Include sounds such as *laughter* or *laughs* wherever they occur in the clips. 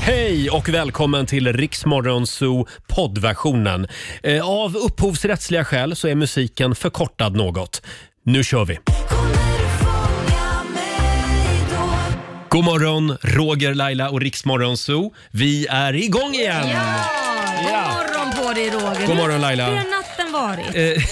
Hej och välkommen till Riksmorgon Zoo poddversionen. Eh, Av upphovsrättsliga skäl så är musiken förkortad något. Nu kör vi! God morgon, Roger, Laila och Riksmorgon Zoo. Vi är igång igen! God morgon på dig Roger. God morgon, Laila. Hur har natten varit? Eh,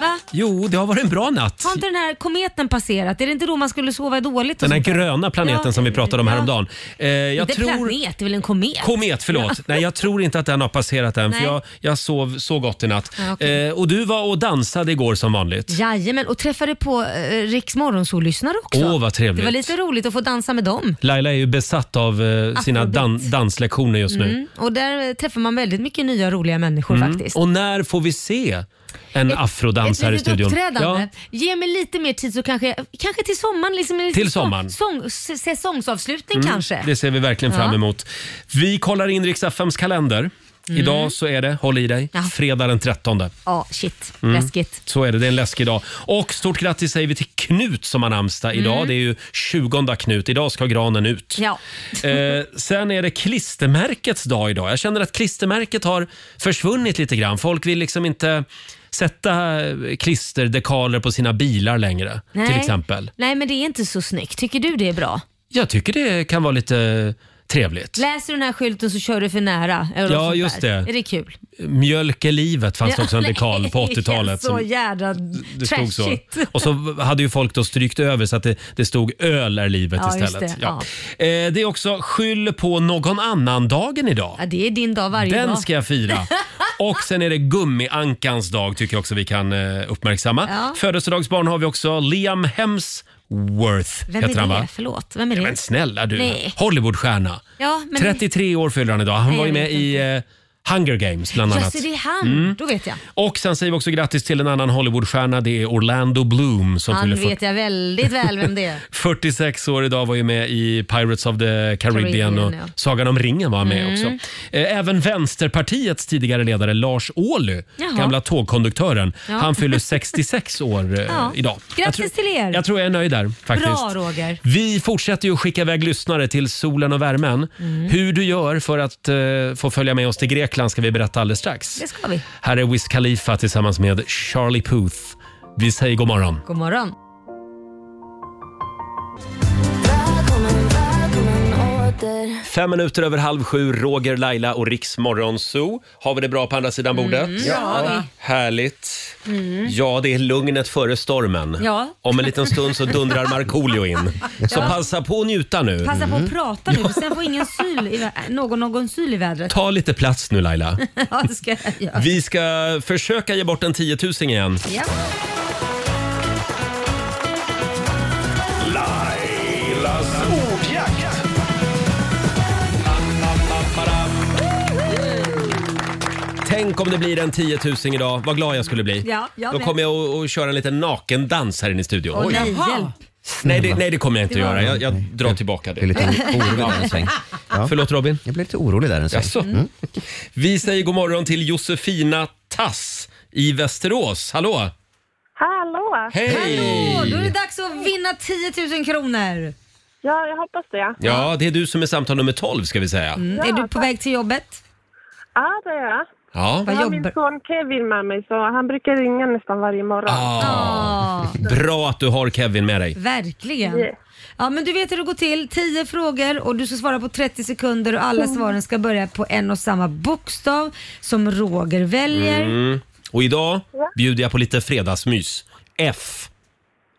Va? jo, det har varit en bra natt. Har inte den här kometen passerat? Är det inte då man skulle sova dåligt? Och Den här sånt där? gröna planeten Ja. som vi pratade om Ja. häromdagen. Eh, jag inte planet, det är väl en komet? Komet, förlåt. Nej, jag tror inte att den har passerat än för Nej. jag, jag sov så gott i natt. Ja, okej. eh, och du var och dansade igår som vanligt. Jajamän, och träffade på eh, Riks lyssnare också. Åh, vad trevligt. Det var lite roligt att få dansa med dem. Laila är ju besatt av eh, sina Afrobeat. dan- danslektioner just nu. Mm. Mm. Och där eh, träffar man väldigt mycket nya roliga människor faktiskt. Och när får vi se en afrodans här i Ett litet studion? uppträdande. Ge mig lite mer tid så kanske, kanske till sommaren. Liksom en liten Till sommaren. Sång, s- säsongsavslutning kanske. Mm. det ser vi verkligen fram Ja. emot. Vi kollar in Riks-FMs kalender. Idag så är det, håll i dig, Mm. Ja. fredag den 13. Ja, shit. Mm. Läskigt. Så är det, det är en läskig dag. Och stort grattis säger vi till Knut som har namnsdag idag. Mm. Det är ju 20 Knut. Idag ska *laughs* granen ut. Ja. Eh, sen är det klistermärkets dag idag. Jag känner att klistermärket har försvunnit lite grann. Folk vill liksom inte sätta eh, klisterdekaler på sina bilar längre. Till exempel. Nej, men det är inte så snyggt. Tycker du det är bra? Jag tycker det kan vara lite trevligt. Läser du den här skylten så kör du för nära. Eller något Ja, sånt just där. det. Är det kul? Mjölk är livet fanns det *laughs* också en Ja, dekal på nej, 80-talet. Så som- jädra Det stod så. trashigt. Och så hade ju folk då strykt över så att det, det stod öl är livet Ja, just istället. det. Ja. Eh, det är också skyll på någon annan-dagen idag. *laughs* Ja, det är din dag varje Den dag. ska *laughs* jag fira. Och sen är det gummiankans dag tycker jag också vi kan eh, uppmärksamma. Ja. Födelsedagsbarn har vi också. Liam Hemsworth Vem är han, det? va? Förlåt, vem är det? Men snälla du, Nej. Hollywoodstjärna. Ja, men- 33 år fyller han idag. Han Nej, var ju jag med vet i eh, Hunger Games bland Ja, annat. Mm. så det är han. Då vet jag. Och sen säger vi också grattis till en annan Hollywoodstjärna. Det är Orlando Bloom som Han fyller 40 vet jag väldigt väl vem det är. 46 år idag, var ju med i Pirates of the Caribbean Caribbean, och ja. Mm. Sagan om ringen var han med också. Eh, Även Vänsterpartiets tidigare ledare Lars Ohly, Jaha. gamla tågkonduktören, Ja. *laughs* han fyller 66 år eh, Ja. idag. Grattis *laughs* jag tror, till er. Jag tror jag är nöjd där faktiskt. Bra Roger. Vi fortsätter ju att skicka iväg lyssnare till solen och värmen. Mm. Hur du gör för att eh, få följa med oss till Grekland ska vi berätta alldeles strax. Det ska vi. Här är Wiz Khalifa tillsammans med Charlie Puth. Vi säger god morgon. God morgon. Fem minuter över halv sju, Roger, Laila och Riks Morgonzoo. Har vi det bra på andra sidan bordet? Mm. Ja. Härligt. Mm. Ja, det är lugnet före stormen. Ja. Om en liten stund så dundrar *laughs* Markoolio in. Så passa på att njuta nu. Mm. Passa på att prata nu för sen *laughs* får ingen syl i, vä- någon någon syl i vädret. Ta lite plats nu Laila. *laughs* Ja, det ska jag göra. Vi ska försöka ge bort en tiotusing igen. Ja. Lailas ordjakt. Tänk om det blir en tiotusing idag. Vad glad jag skulle bli. Ja, jag Då med. kommer jag att- att köra en liten nakendans här inne i studion. Åh, nej, Jaha. hjälp. Nej, det, nej, det kommer jag inte Det var- göra. Jag, jag drar tillbaka Jag det. *laughs* blev *laughs* lite orolig där en sväng. Ja. Förlåt Robin. Jag blev lite orolig där en sväng. Mm. Jaså? *laughs* Vi säger god morgon till Josefina Tass i Västerås. Hallå! Hallå! Hej! Hallå, då är det dags att vinna 10 000 kronor. Ja, jag hoppas det. Ja, det är du som är samtal nummer 12 ska vi säga. Mm, är du på väg till jobbet? Ja, det gör jag. Ja. Vad Jag har min jobbar son Kevin med mig, så han brukar ringa nästan varje morgon. Ah, Ja, bra att du har Kevin med dig. verkligen. Yeah. Ja, men du vet hur det går till. 10 frågor och du ska svara på 30 sekunder och Mm. alla svaren ska börja på en och samma bokstav som Roger väljer. Mm. Och idag bjuder jag på lite fredagsmys. F.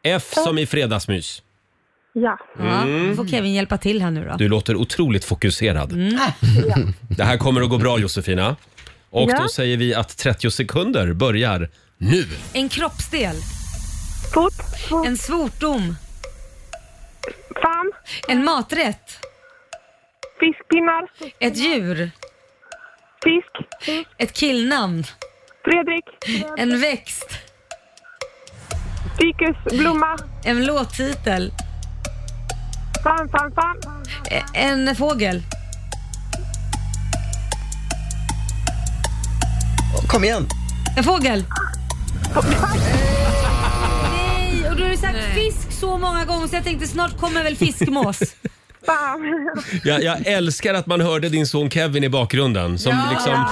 F som i fredagsmys. Ja. Ja, nu får Kevin hjälpa till här nu då. Mm. Mm. Du Äh. låter otroligt fokuserad. Det här kommer att gå bra Josefina. Och Ja. då säger vi att 30 sekunder börjar nu. En kroppsdel, Fot, fot, en svordom, fan, en maträtt, fiskpinnar, ett djur, fisk, ett killnamn, Fredrik, en växt, fikus, blomma, en låttitel, fan, fan, fan, e- en fågel. Kom igen! En fågel. Nej, och du har ju sagt fisk så många gånger så jag tänkte snart kommer väl fiskmås. Fan. Jag, jag älskar att man hörde din son Kevin i bakgrunden som Ja. liksom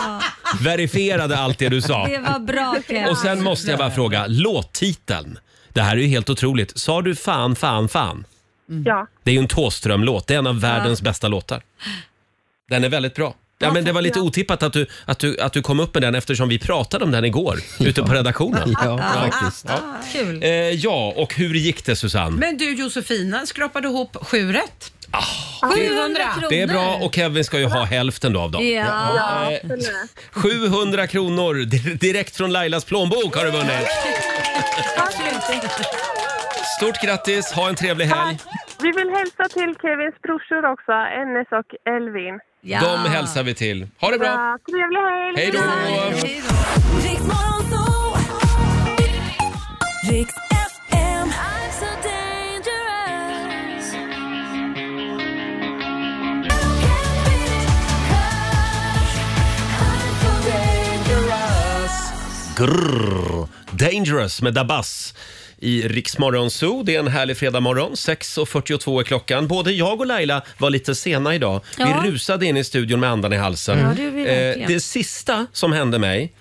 verifierade allt det du sa. Det var bra Kevin. Och sen måste jag bara fråga, låttiteln. Det här är ju helt otroligt. Sa du fan, fan, fan? Mm. Ja. Det är ju en Thåström-låt. Det är en av världens bästa låtar. Den är väldigt bra. Ja, men det var lite otippat att du, att, du, att du kom upp med den eftersom vi pratade om den igår ute på redaktionen. Ja, faktiskt. Kul. Eh, ja, och hur gick det Susanne? Ah, Men du Josefina skrapade ihop sju rätt. 700 Ah. kronor. Det är bra och Kevin ska ju ha hälften då av dem. Ja. Eh, 700 kronor di- direkt från Lailas plånbok har du vunnit. Stort grattis, ha en trevlig helg. Vi vill hälsa till Kevins brorsor också, Ennis och Elvin. Ja. De hälsar vi till. Ha det bra. Ja, trevlig helg! Hej då! Hej då. Riks FM. I'm so dangerous. You can be, 'cause I'm so dangerous. Grrr. Dangerous med Dabas i Riksmorgon Zoo. Det är en härlig fredagmorgon. 6.42 är klockan. Både jag och Laila var lite sena idag. Ja. Vi rusade in i studion med andan i halsen. Ja, det gjorde vi verkligen. Eh, det sista som hände mig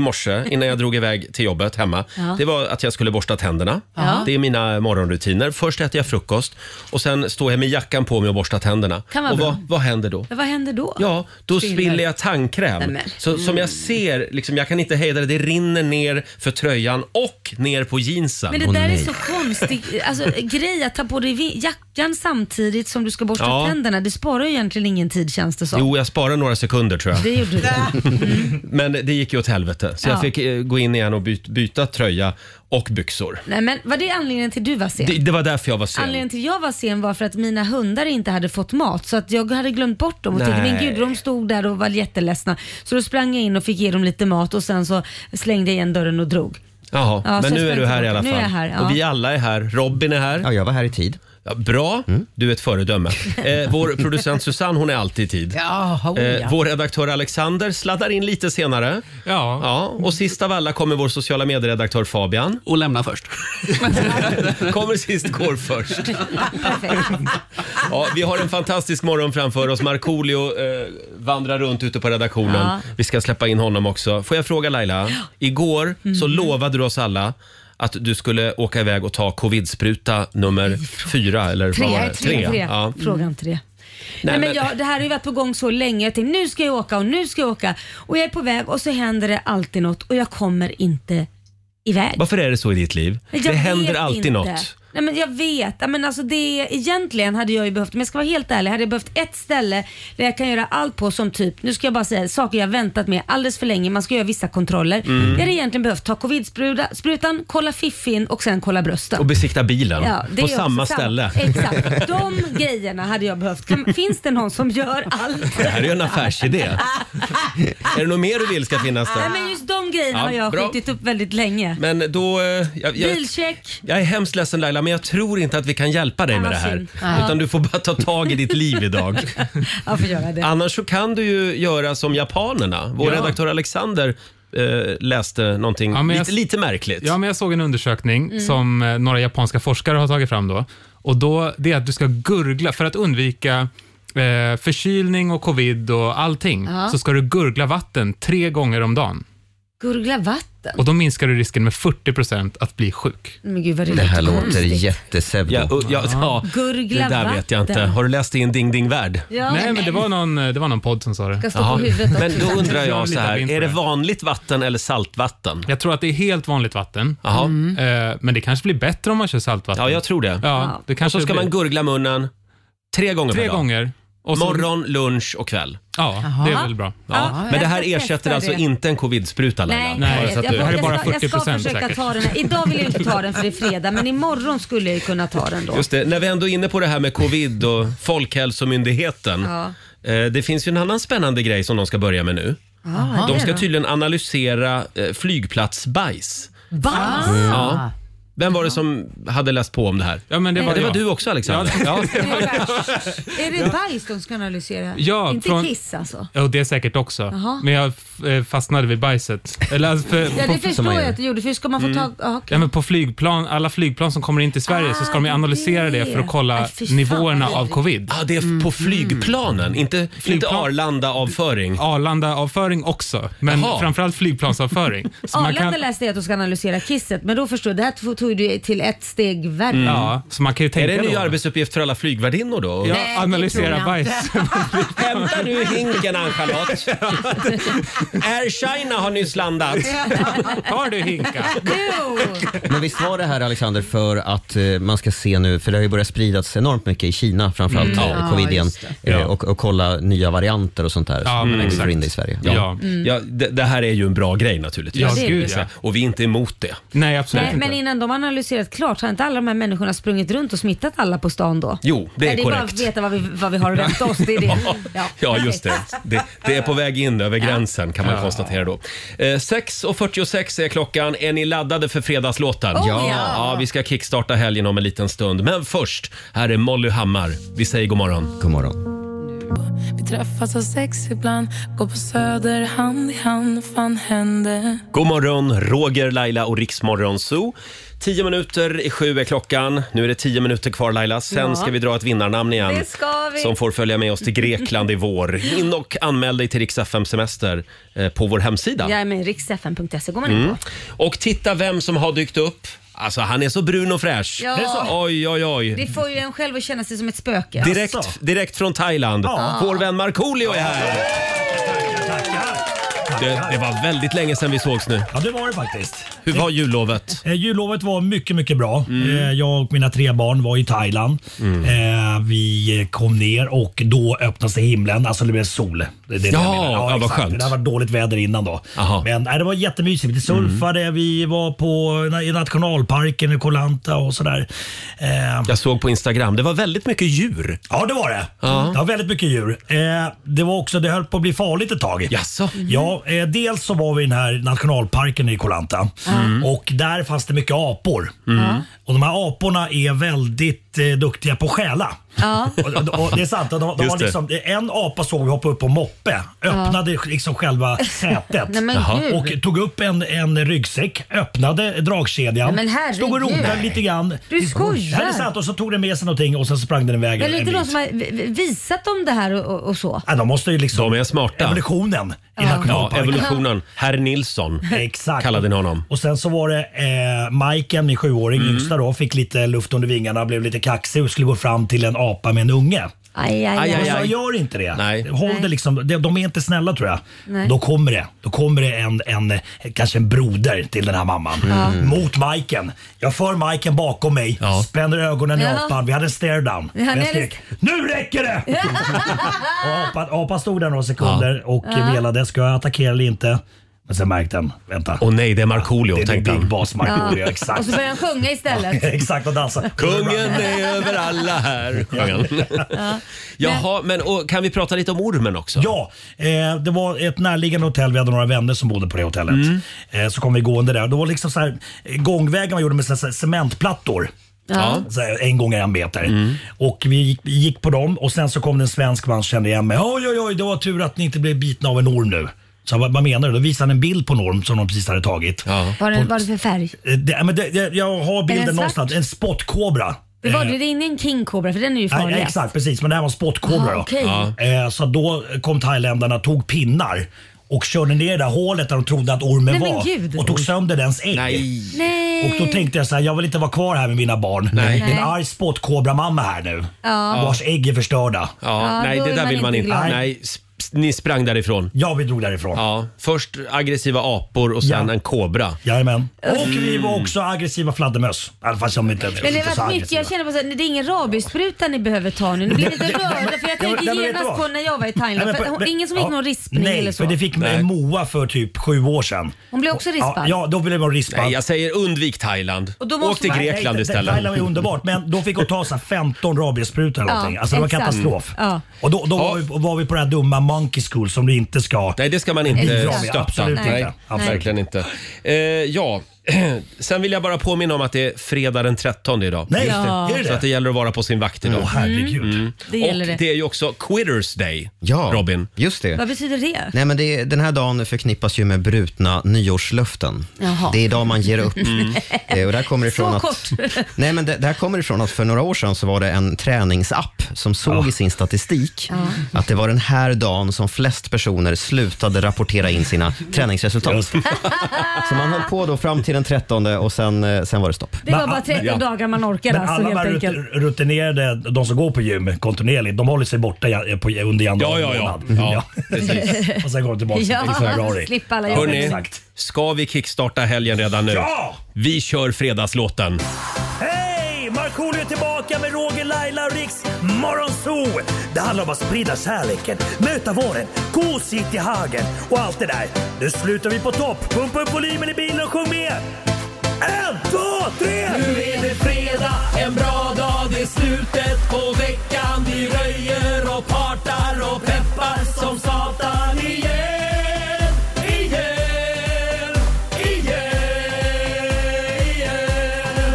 *laughs* morse innan jag drog iväg till jobbet hemma, det var att jag skulle borsta tänderna. Det är mina morgonrutiner. Först äter jag frukost och sen står jag med jackan på mig och borstar tänderna. Kan vara och bra. vad, vad händer då? Men Vad händer då? Ja, då Spiller. spiller jag tandkräm. Nämen. Så, som Mm. jag ser, liksom, jag kan inte hejda det. Det rinner ner för tröjan och ner på jeansen. Men det Åh, där är nej. så konstig alltså, grej att ta på dig vi- jackan samtidigt som du ska borsta Ja. tänderna. Det sparar ju egentligen ingen tid känns det som. Jo, jag sparar några sekunder tror jag. alltså. Det gjorde du. *laughs* Men det gick ju åt helvete. Så Ja. jag fick eh, gå in igen och byt, byta tröja och byxor. Nej, men var det anledningen till du var sen? Det, det var därför jag var sen. Anledningen till jag var sen var för att mina hundar inte hade fått mat så att jag hade glömt bort dem och tänkte Nej. min gud de stod där och var jätteledsna. Så då sprang jag in och fick ge dem lite mat och sen så slängde jag igen dörren och drog. Jaha, Ja, så men nu jag är du sprang här i alla tillbaka. fall. Nu är jag här, ja. Och vi alla är här. Robin är här. Ja, jag var här i tid. Mm. Ja, bra, du är *laughs* ett föredöme. Eh, vår producent Susanne, hon är alltid i tid. Ja, oh, Eh, *laughs* vår redaktör Alexander sladdar in lite senare. Ja. Ja, och sist av alla kommer vår sociala medieredaktör Fabian. Och lämna först. *laughs* Kommer sist, går först. Ja, vi har en fantastisk morgon framför oss. Markoolio eh, vandrar runt ute på redaktionen. Ja. Vi ska släppa in honom också. Får jag fråga Laila? Igår Mm. så lovade du oss alla att du skulle åka iväg och ta covid-spruta nummer fyra eller vad var det? Ja. Mm. Frågan tre. Nej, Nej, men men- jag, det här har ju varit på gång så länge. Jag tänkte nu ska jag åka och nu ska jag åka. Och jag är på väg och så händer det alltid något och jag kommer inte iväg. Varför är det så i ditt liv? Men det jag händer vet alltid inte. något. Nej, men jag vet. Ja, Men alltså det, egentligen hade jag ju behövt, om jag ska vara helt ärlig, hade jag behövt ett ställe där jag kan göra allt på som typ, nu ska jag bara säga saker jag väntat med alldeles för länge, man ska göra vissa kontroller. Mm. Jag hade egentligen behövt ta covid-sprutan, kolla fiffin och sen kolla brösten. Och besikta bilen Ja, det på är också samma ställe. Exakt. De grejerna hade jag behövt. Kan, finns det någon som gör allt? *laughs* Det här är ju en *laughs* affärsidé. är det något mer du vill ska finnas Nej, där? men just de grejerna Ja, har jag bra. skjutit upp väldigt länge. Men då... eh, Jag, jag, Bilcheck. jag är hemskt ledsen Laila, men jag tror inte att vi kan hjälpa dig med Ja, det här. synd. Ja. Utan du får bara ta tag i ditt *laughs* liv idag. Jag får göra det. Annars så kan du ju göra som japanerna. Vår Ja. redaktör Alexander eh, läste någonting Ja, men jag- lite, lite märkligt. Ja, men jag såg en undersökning Mm. som eh, några japanska forskare har tagit fram. Då, och då, Det är att du ska gurgla, för att undvika eh, förkylning och covid och allting, så ska du gurgla vatten tre gånger om dagen. Gurgla vatten. Och Då minskar du risken med 40 att bli sjuk. Men gud vad Mm. det, Det här låter konstigt. jättepseudo. Ja, och- ja, ja, Gurgla det där vet jag inte. vatten. Har du läst det i en Ding Ding Värld? Ja, Nej, men det var, någon, eh, det var någon podd som sa det. ska stå Jaha. på huvudet också. Men då undrar Jag jag vill så här, lita på är det det. vanligt vatten eller saltvatten? Jag tror att det är helt vanligt vatten, Jaha. eh, men det kanske blir bättre om man kör saltvatten. Ja, jag tror det. Ja, det kanske Så ska blir. man gurgla munnen tre gånger per tre dag. gånger. Och så, Morgon, lunch och kväll. Ja, det är väl bra. Ja. men det här jag ska ersätter testa alltså det. inte en covid-spruta Laila? Nej, Nej, jag, så vet. att jag, det här är bara jag, ska- jag ska 40% försöka säkert. ta den här. Idag vill jag inte ta den för det är fredag, men imorgon skulle jag ju kunna ta *laughs* den då. Just det, när vi ändå är inne på det här med covid och Folkhälsomyndigheten. Ja. Eh, Det finns ju en annan spännande grej som de ska börja med nu. Ah, Ah. De ska tydligen analysera eh, flygplatsbajs. Bajs! Ja. Vem var det som hade läst på om det här? Ja, men det Nej. var, Det var jag. du också Alexander? Ja, Det är bajs. Är det bajs de ska analysera? Ja, Inte från- kiss alltså? ja. Och det är säkert också. Jaha. Men jag eh, fastnade vid bajset. Eller, alltså, för, Ja, det på, förstår gör. jag att du gjorde. För hur ska man få tag... Ja, okej. ja, men på flygplan, alla flygplan som kommer in till Sverige så ska de ju Ah, analysera det. det för att kolla Aj, fy fan, nivåerna vad av vidrigt. covid. Ah, det är Mm. på flygplanen, inte, inte Flygplan. Arlanda-avföring. Arlanda-avföring också, men Jaha. framförallt *laughs* Mm. flygplansavföring. Så man Arlanda kan, läste jag att de ska analysera kisset, men då förstår jag. Det här tog du till ett steg värre. ja, så man kan ju Är tänka det en ny då. arbetsuppgift för alla flygvärdinnor då? Ja, Nej, Ja. det tror analysera jag bajs. *laughs* Hämta nu *laughs* hinken Ann-Charlotte. Air China har *laughs* nyss landat. Har du hinka? Men visst var det här Alexander för att eh, man ska se nu, för det har ju börjat spridas enormt mycket i Kina framförallt, mm. Ja, covid igen, just eh, och, och kolla nya varianter och sånt där Ja, som men vi får exakt. in det i Sverige. Ja. Ja, det, det här är ju en bra grej naturligtvis. Ja, det är gud Mm. det. ja. Och vi är inte emot det. Nej, absolut Nej, inte. men innan de har analyserat klart, har inte alla de här människorna sprungit runt och smittat alla på stan då? Jo, det är Nej, Det är bara korrekt. att veta vad vi, vad vi har att vänta oss. Det är det. *laughs* Ja, just det. det. Det är på väg in över gränsen kan man konstatera då. Eh, 6.46 är klockan. Är ni laddade för fredagslåten? Oh, ja. ja! Vi ska kickstarta helgen om en liten stund. Men först, här är Molly Hammar. Vi säger god morgon. God morgon. Vi träffas av sex ibland, går på Söder hand i hand, fan hände? God morgon, Roger, Laila och Riksmorgon Zoo. Tio minuter i sju är klockan. Nu är det tio minuter kvar Laila. Sen Ja. ska vi dra ett vinnarnamn igen. Det ska vi. Som får följa med oss till Grekland i vår. In och anmäl dig till Rix FM Semester eh, på vår hemsida. Jag är med riksfn.se går man in på. Mm. Och titta vem som har dykt upp. Alltså han är så brun och fräsch. Ja. Är det så? Oj, oj, Det oj. får ju en själv att känna sig som ett spöke. Alltså, Direkt, Alltså. direkt från Thailand. Vår vän Markoolio är här. Tackar! Det, det var väldigt länge sedan vi sågs nu. Ja, det var det faktiskt. Hur var jullovet? Eh, jullovet var mycket, mycket bra. Eh, jag och mina tre barn var i Thailand. Mm. Eh, vi eh, kom ner och då öppnade sig himlen. Alltså det blev sol. Det, är det Ja, jag menar. ja, vad exakt. skönt. Det hade varit dåligt väder innan då. Aha. Mm. Men nej, det var jättemysigt. Vi surfade, vi var på, na- i nationalparken i Koh Lanta och sådär. Eh, Jag såg på Instagram. Det var väldigt mycket djur. Ja, det var det. Det var väldigt mycket djur. Eh, det var också, det höll på att bli farligt ett tag. Jaså? Ja, eh, dels så var vi i den här nationalparken i Koh Lanta Mm. och där fanns det mycket apor. Mm. Och de här aporna är väldigt eh, duktiga på att stjäla. Ja. Och, och det är sant. och De, de Just var det. liksom, en apa såg vi hoppa upp på en moppe, öppnade *laughs* liksom själva sätet. Nej, men Jaha. gud. Och tog upp en, en ryggsäck, öppnade dragkedjan, Nej, men herregud. stod och rodnade lite grann. Du skojar. Ja, Det är sant. Och så tog den med sig någonting och sen sprang den iväg Eller en inte någon bit. som har vi- vi- visat dem det här och, och, och så? Ja, de måste ju liksom... De är smarta. Evolutionen i Ja, nationalparken. evolutionen. Herr Nilsson Exakt. kallade ni honom. Och sen så var det eh, Majken, min sjuåring, Mm. yngsta då, fick lite luft under vingarna, blev lite kaxig och skulle gå fram till en apa med en unge. Aj, aj, aj. Aj, Och aj, så aj. gör inte det. Nej. Håll Nej. det liksom, de, de är inte snälla tror jag. Nej. Då kommer det. Då kommer det en, en, eh, kanske en broder till den här mamman. Mm. Mot Majken. Jag för Majken bakom mig, Ja. spänner ögonen i Ja. apan. Vi hade en stare down. Ja, ni jag hade- skrek “Nu *laughs* räcker det!” Och apan, apan stod där några sekunder och velade. Ska jag attackera eller inte? Men sen märkte den, vänta. Och nej, det är Markoolio, det är tänkte nog han. Big Boss Markoolio, Och exakt. så börjar han sjunga *laughs* istället. exakt, och dansa. Kungen är över alla här, sjöng han. Jaha, men och, kan vi prata lite om ormen också? Ja, eh, det var ett närliggande hotell. Vi hade några vänner som bodde på det hotellet. Mm. Eh, så kom vi gående där. Det var liksom så här, gångvägen man gjorde med så här, cementplattor. Ja. Så här, en gånger en meter. Mm. Och vi gick, vi gick på dem och sen så kom det en svensk man kände igen mig. Oj, oj, oj, det var tur att ni inte blev bitna av en orm nu. Så vad, vad menar du? Då visade han en bild på en orm som de precis hade tagit. Ja. Vad är det- vad är det för färg? Eh, Det, men det, det, jag har Är den bilden svart? någonstans. En spottkobra. Det var Eh, det, det är ingen kingkobra för den är ju Nej, farligast. exakt, precis. Men det här var en spottkobra. Ah, då. okej. Ja. Eh, så då kom thailändarna tog pinnar och körde ner i det där hålet där de trodde att ormen Nej, men var gud. och tog sönder dens ägg. Nej. Nej. Och då tänkte jag så här, jag vill inte vara kvar här med mina barn. Nej. Det är Nej. en arg spottkobramamma här nu vars ägg är förstörda. Ja, Ja, nej, då det är där man vill man inte inte. glad. Nej, sp- ni sprang därifrån. Ja, vi drog därifrån. Ja, först aggressiva apor och sen Ja. en kobra. Jajamän. Och vi var också aggressiva fladdermöss. I alla fall som inte, Men det inte så var mycket, aggressiva. jag känner bara att det är ingen rabiesspruta ni behöver ta nu. Ni *laughs* blir lite rörda för jag Ja, men- tänker ja, men vet du genast vad? på när jag var i Nej, Thailand. men För på- hon- det- ingen som fick ja. någon rispning Nej, eller så. för det fick Nej. Moa för typ sju år sedan. Hon blev också rispad. Ja, ja då blev hon rispad. Nej, jag säger undvik Thailand. Och då måste Åk till man- Grekland Nej, istället. Thailand var ju underbart, men då fick hon ta så här 15 rabiessprutor eller Ja, någonting. Alltså det var exakt. katastrof. Mm. Ja. Och då, då Ja. var, vi, var vi på det här dumma Monkey School som du inte ska. Nej, det ska man inte Exakt. stötta. Absolut Nej, inte. Absolut. verkligen inte. Eh, ja, *clears throat* Sen vill jag bara påminna om att det är fredag den 13 idag. Nej, Just det. Ja. Mm. är det Så det? att det gäller att vara på sin vakt Åh idag. Mm. herregud. Det gäller Och det. det är ju också Quitters Day, Ja, Robin. just det. Vad betyder det? Nej, men det, den här dagen förknippas ju med brutna nyårslöften. Jaha. Mm. Det är idag man ger upp. Mm. Eh, Och där kommer det *laughs* ifrån Så att, *laughs* kort. Nej, men det, det här kommer ifrån att för några år sedan så var det en träningsapp som såg i sin statistik att det var den här dagen som flest personer slutade rapportera in sina träningsresultat. *laughs* så man höll på då fram till den 13 och sen, eh, sen var det stopp. Det var Men- bara 13 ja. dagar man orkar Men alltså alla helt de här enkelt. rut- rutinerade, de som går på gym kontinuerligt, de håller sig borta ja- på, under Ja, januari ja, ja. månad. ja precis. *laughs* Ja. Och sen går de tillbaka i Ja, februari. slippa alla jobb. Hörni, exakt. ska vi kickstarta helgen redan nu? Ja! Vi kör fredagslåten. Hej! Markoolio är tillbaka med Roger, Laila och Riks Morgonzoo! Det handlar om att sprida kärleken, möta våren, gosigt i hagen och allt det där. Nu slutar vi på topp! Pumpa upp volymen i bilen och sjung med! En, två, tre! Nu är det fredag! En bra dag, det är slutet på veckan. Vi röjer och partar och peppar som satan igen, igen, igen.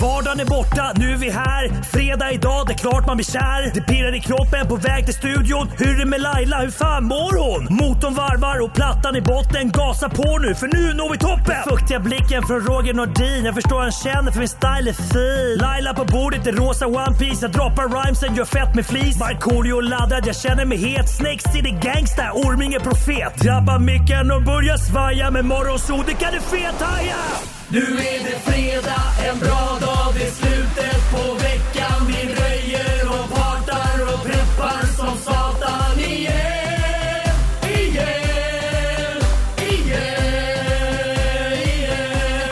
Vardagen är borta, nu är vi här. Fredag idag, det är klart man blir kär. Det pirrar i kroppen på väg till studion. Hur är det med Laila, hur fan mår hon? Motorn varvar och plattan i botten. Gasa på nu, för nu når vi toppen! Den Fuktiga blicken från Roger Nordin. Jag förstår han känner för min style är fin. Laila på bordet i rosa One Piece Jag droppar rhymesen, gör fett med flis. Markoolio laddad, jag känner mig het. Snake City gangsta, Orminge profet. Drabbar micken och börjar svaja. Med morgonsol, det kan du fethaja! Nu är det fredag, en bra dag, det är slutet på veckan Vi röjer och partar och preppar som satan igen Igen, igen, igen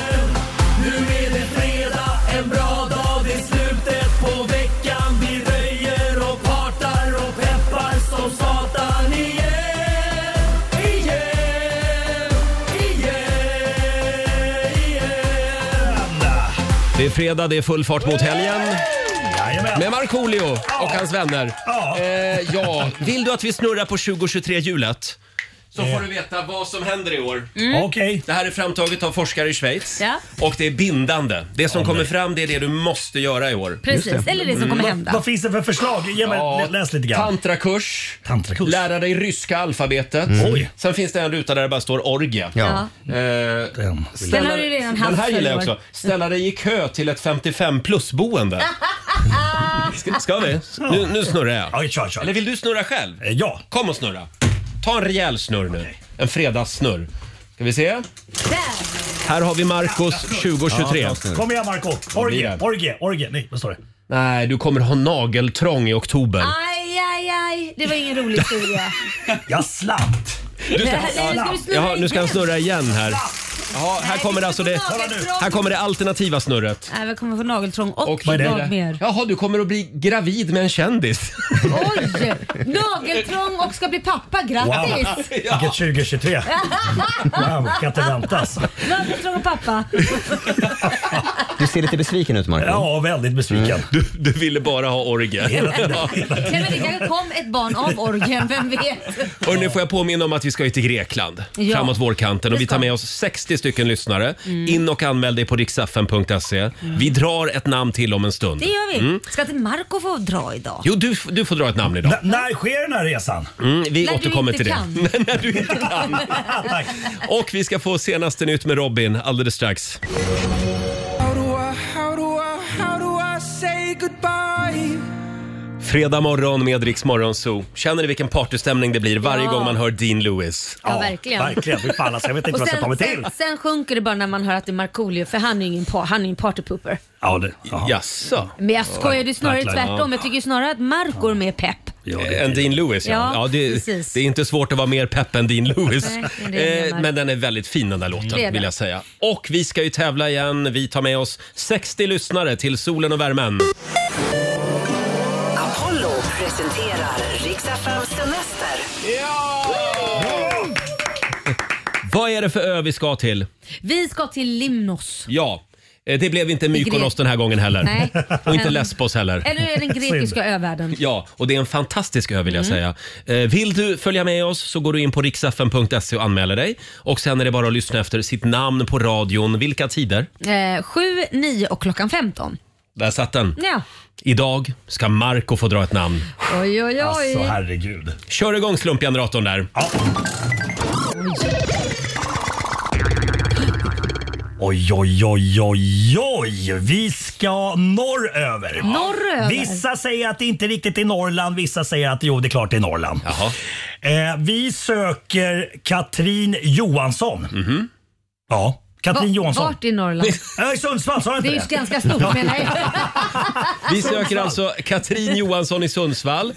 Nu är det fredag, en bra dag, det är slutet på veckan Vi röjer och partar och peppar som satan igen Igen, igen, igen Det är fredag, det är full fart mot helgen Jajamän. med Markoolio och hans vänner. Ja. Eh, ja. Vill du att vi snurrar på 2023-hjulet? Så får du veta vad som händer i år. Mm. Okej. Det här är framtaget av forskare i Schweiz Ja. och det är bindande. Det som kommer fram det är det du måste göra i år. Precis, eller Mm. det som kommer hända. Vad finns det för förslag? Ge mig, Ja. Mm. lä- läs lite grann. Tantrakurs, Tantrakurs. Mm. lära dig ryska alfabetet. Oj. Sen finns det en ruta där det bara står orgie. Ja. Ja. Eh, Den. Den har du redan haft Den här gillar jag förra också. Ställa dig i kö till ett 55 plus boende. Ska, ska *laughs* vi? Nu, nu snurrar jag. Okej, kör, kör. Eller vill du snurra själv? Eh, Ja. Kom och snurra. Ta en rejäl snurr nu. Okej. En fredagssnurr. Ska vi se? Här har vi Marcos 2023. Kom igen Marco blir Orgie, det? orgie, orgie. Nej, vad står det? Nej, du kommer ha nageltrång i oktober. Aj, aj, aj. Det var ingen rolig historia. Jag slant. Du ska, *laughs* Nej, nu ska du snurra Jaha, nu ska han igen. snurra igen här. Jaha, här kommer alltså det, Kolla nu. här kommer det alternativa snurret. Nej, vi kommer få nageltrång och, Och- och vad är det? något mer. Jaha, du kommer att bli gravid med en kändis. *laughs* Oj! Nageltrång och ska bli pappa. Grattis! Vilket 2023. Wow, kan inte vänta alltså. Nageltrång och pappa. Du ser lite besviken ut, Marco. Mm. Ja, väldigt besviken. Du, du ville bara ha orger. Hela tiden. *laughs* Nej, men det kanske kom ett barn av orgen, vem vet? Hörrni, får jag påminna om att vi ska ju till Grekland Ja. framåt vårkanten och Det vi ska tar med vi. Mm. oss 60 stycken lyssnare. In och anmäl dig på riksfn.se. Vi drar ett namn till om en stund. Det Mm. gör vi. Mm. Ska inte Marco få dra idag? Jo, du, f- du får dra ett namn idag. N- När sker den här resan? Mm, vi När du återkommer inte till det. kan. *laughs* Nej, När du inte *laughs* kan. Tack. Och vi ska få senaste nytt med Robin alldeles strax. Fredag morgon med Rix Morgon Zoo. Känner ni vilken partystämning det blir varje Ja. gång man hör Dean Lewis? Ja, verkligen. Verkligen. Fy fan alltså, jag vet inte Och vad jag ska ta sen, mig till. sen, sen sjunker det bara när man hör att det är Markoolio för han är ju ingen, pa- han är ingen partypooper. Ja, det, jaha. Jaså? Men jag skojar, det är snarare verkligen. tvärtom. Jag tycker ju snarare att Marco är mer pepp. ja, Än det, Dean Lewis ja. ja, Ja, det, precis. det är inte svårt att vara mer pepp än Dean Lewis. Nej, det är det jag Eh, menar. Mm. men den är väldigt fin den där låten Det är den. vill jag säga. Och vi ska ju tävla igen. Vi tar med oss 60 lyssnare till solen och värmen. Apollo presenterar Riks-FMs semester. Vad är det för ö vi ska till? Vi ska till Limnos. Ja, Eh, Det blev inte Mykonos Gre- den här gången heller. Nej. Och inte En- Lesbos heller. Eller är den grekiska övärlden. *laughs* Ja, och det är en fantastisk ö vill jag Mm. säga. Eh, Vill du följa med oss så går du in på riksfn.se och anmäler dig. Och sen är det bara att lyssna efter sitt namn på radion. Vilka tider? Eh, 7, 9 och klockan 15. Där satt den. Ja. Idag ska Marco få dra ett namn. Oj, oj, oj. Alltså, herregud. Kör igång slumpgeneratorn där. Oj, oj, oj, oj, oj! Vi ska norröver. Norröver? Vissa säger att det inte riktigt är Norrland, vissa säger att jo, det är klart det är Norrland. Eh, vi söker Katrin Johansson. Ja, Katrin Va- Johansson. Vart i Norrland? *laughs* Ja, I Sundsvall, sa jag Det inte är ju ganska stort menar jag. *laughs* Vi söker alltså Katrin Johansson i Sundsvall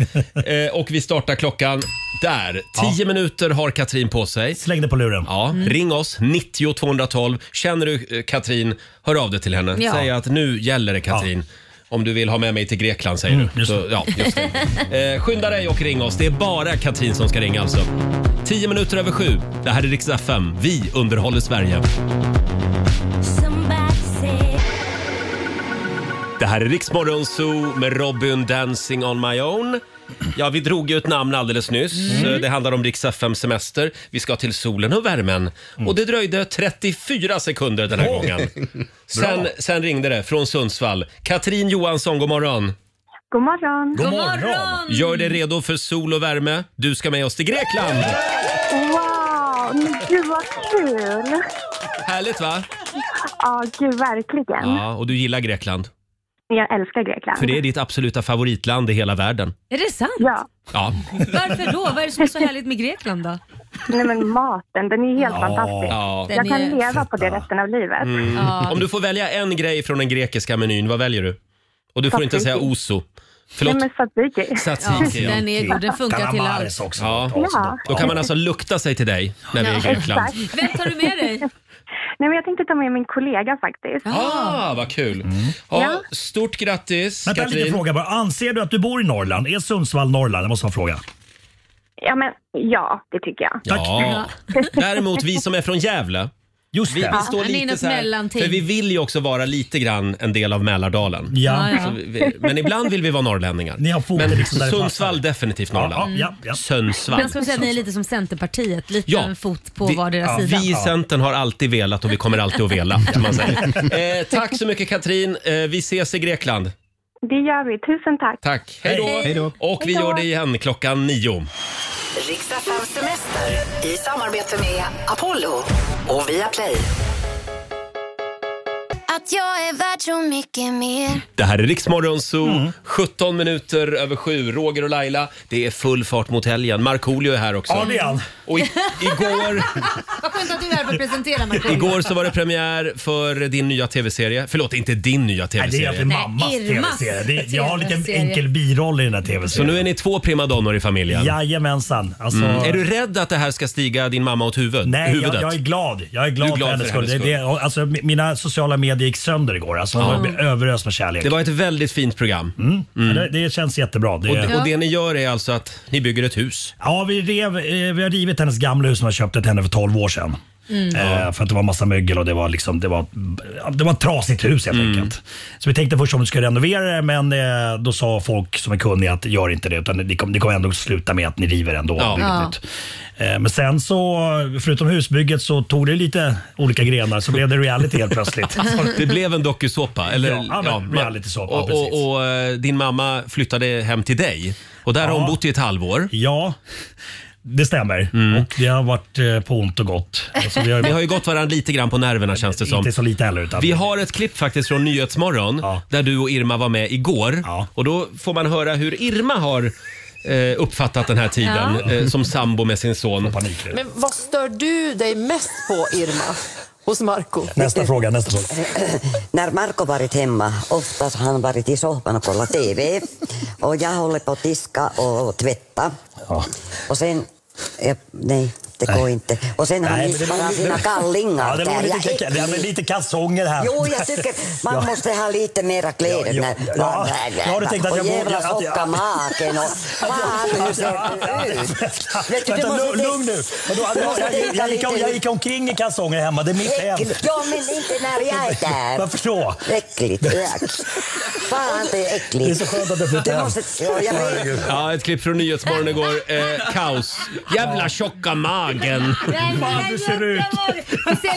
eh, och vi startar klockan där. 10 minuter har Katrin på sig. Släng det på luren. Ja, Mm. Ring oss, 90 212. Känner du eh, Katrin, hör av dig till henne. Ja. Säg att nu gäller det Katrin. Om du vill ha med mig till Grekland säger Mm, du. Så, ja, just det. Eh, skynda dig och ring oss. Det är bara Katrin som ska ringa alltså. 10 minuter över sju. Det här är Rix FM. Vi underhåller Sverige. Det här är Riksmorgon Zoo med Robin Dancing on my own. Ja, vi drog ju ett namn alldeles nyss. Mm. Eh, Det handlar om Rix FM semester. Vi ska till solen och värmen. Och det dröjde 34 sekunder den här Mm. Oj. *laughs* gången. Sen, Bra. sen ringde det från Sundsvall. Katrin Johansson, god morgon. God morgon. Gör dig redo för sol och värme. Du ska med oss till Grekland! Mm. Wow, men gud vad kul! Härligt va? Ja, gud verkligen. Ja, och du gillar Grekland. Jag älskar Grekland. För det är ditt absoluta favoritland i hela världen. Är det sant? Ja. Ja. Varför då? Vad är det som är så härligt med Grekland då? Nej men maten, den är helt Ja. fantastisk. Ja. Jag Den kan är- leva på det resten av livet. Mm. Om du får välja en grej från den grekiska menyn, vad väljer du? Och du får inte säga Tzatziki. oso. Förlåt? Nej men tzatziki. Tzatziki, den är god. Den funkar till allt. Ja. Ja. Då kan man alltså lukta sig till dig när vi är i Grekland. Vem tar du med dig? *laughs* Nej men jag tänkte ta med min kollega faktiskt. Ah, vad kul! Ja, stort grattis Mm. Vänta, en liten Katrin. fråga bara. Anser du att du bor i Norrland? Är Sundsvall Norrland? Jag måste ha en fråga. Ja men ja, det tycker jag. Ja. Däremot vi som är från Gävle. Just vi, det. vi Ja. står Han är i lite något så här, mellanting. för vi vill ju också vara lite grann en del av Mälardalen. Ja. Ja, ja. Så vi- vi, men ibland vill vi vara norrlänningar. Ni har foten Men liksom där det Sundsvall definitivt Norrland. Ja, ja, ja. Sundsvall. Jag skulle säga att ni är lite som Centerpartiet, lite Ja. en fot på vardera ja, sida. Vi i Centern har alltid velat och vi kommer alltid att vela. som man *laughs* säger. Eh, tack så mycket Katrin. Eh, vi ses i Grekland. *laughs* Det gör vi. Tusen tack. Tack. Hej då. Och vi Hej då. gör det igen klockan nio. Riksdagen semester i samarbete med Apollo och Viaplay. Att jag är värd så mycket mer Det här är Riksmorgon Zoo. Mm. 17 minuter över sju. Roger och Laila, det är full fart mot helgen. Markoolio är här också. Ja, det är han. Och i- igår, Vad skönt att du är här för att presentera mig. igår så var det premiär för din nya tv-serie. Förlåt, inte din nya Nej, det är tv-serie. egentligen mammas Nej, Irmas tv-serie. Det är, jag har en liten TV-serie. enkel biroll i den här Så tv-serien. nu är ni två primadonnor i familjen. Jajamensan. Alltså, Mm. Är du rädd att det här ska stiga din mamma åt huvud? Nej, jag, huvudet? jag är glad. Jag är glad, Du är glad för hennes för hennes skull. Det, det, alltså, m- mina sociala medier gick sönder igår. Alltså, Ja. De blev överöst med kärlek. Det var ett väldigt fint program. Mm. Det, det känns jättebra. Det, Och, det- och det ni gör är alltså att ni bygger ett hus? Ja, vi, rev, eh, vi har rivit hennes gamla hus som jag köpte till henne för 12 år sedan. Mm. Eh, för att det var massa mögel och det var, liksom, det var, det var ett trasigt hus helt Mm. enkelt. Så vi tänkte först om vi skulle renovera det men eh, då sa folk som är kunniga att gör inte det utan det kommer det kommer ändå sluta med att ni river ändå. Ja. och bygger Ja. nytt. Eh, Men sen så, förutom husbygget, så tog det lite olika grenar så blev det reality helt *laughs* plötsligt. Det blev en dokusåpa. Eller, Ja, ja, men realitysåpa, och, precis. och, och eh, din mamma flyttade hem till dig. Och där har hon Ja. bott i ett halvår. Ja, det stämmer. Och det har varit eh, på ont och gott. Alltså, vi har ju- Ni Mm. har ju gått varandra lite grann på nerverna känns det som. Inte så lite heller. Utan Vi har ett klipp faktiskt från Nyhetsmorgon där du och Irma var med igår. Och då får man höra hur Irma har eh, uppfattat den här tiden Ja. eh, som sambo med sin son. Men vad stör du dig mest på, Irma? Hos Marco? Nästa fråga, nästa fråga. När Marko varit hemma, oftast har han varit i soffan och kollat TV. Och jag håller på att diska och tvätta. Och sen... Jag, nej, Det går inte. Och sen har ni sparat sina Ja, kallingar det där. var Jag lite, är ka- ja, men äcklig. lite kalsonger här. Jo, jag tycker *laughs* man Ja. måste ha lite mera kläder. Ja, när, ja, ja. Jag hade tänkt att och jag vågar- jävla att jag- sockamaken och *laughs* fan hur ser du ut? Vet du, du Vänta, måste lugn, tänka- lugn nu. Vadå? du Jag, måste jag, jag, tänka jag, gick, om- lite. jag gick omkring i kalsonger hemma, det är mitt hem. Äckligt. Ja, men inte när *laughs* jag är där. Varför då? Äckligt. Äck. Fan, det är äckligt. Det är så skönt att det flyttar Du hem. måste... Ja, jag vet. Ja, ett klipp från Nyhetsmorgon igår. Eh, kaos. Jävla tjocka magen. Fan, du ser ut.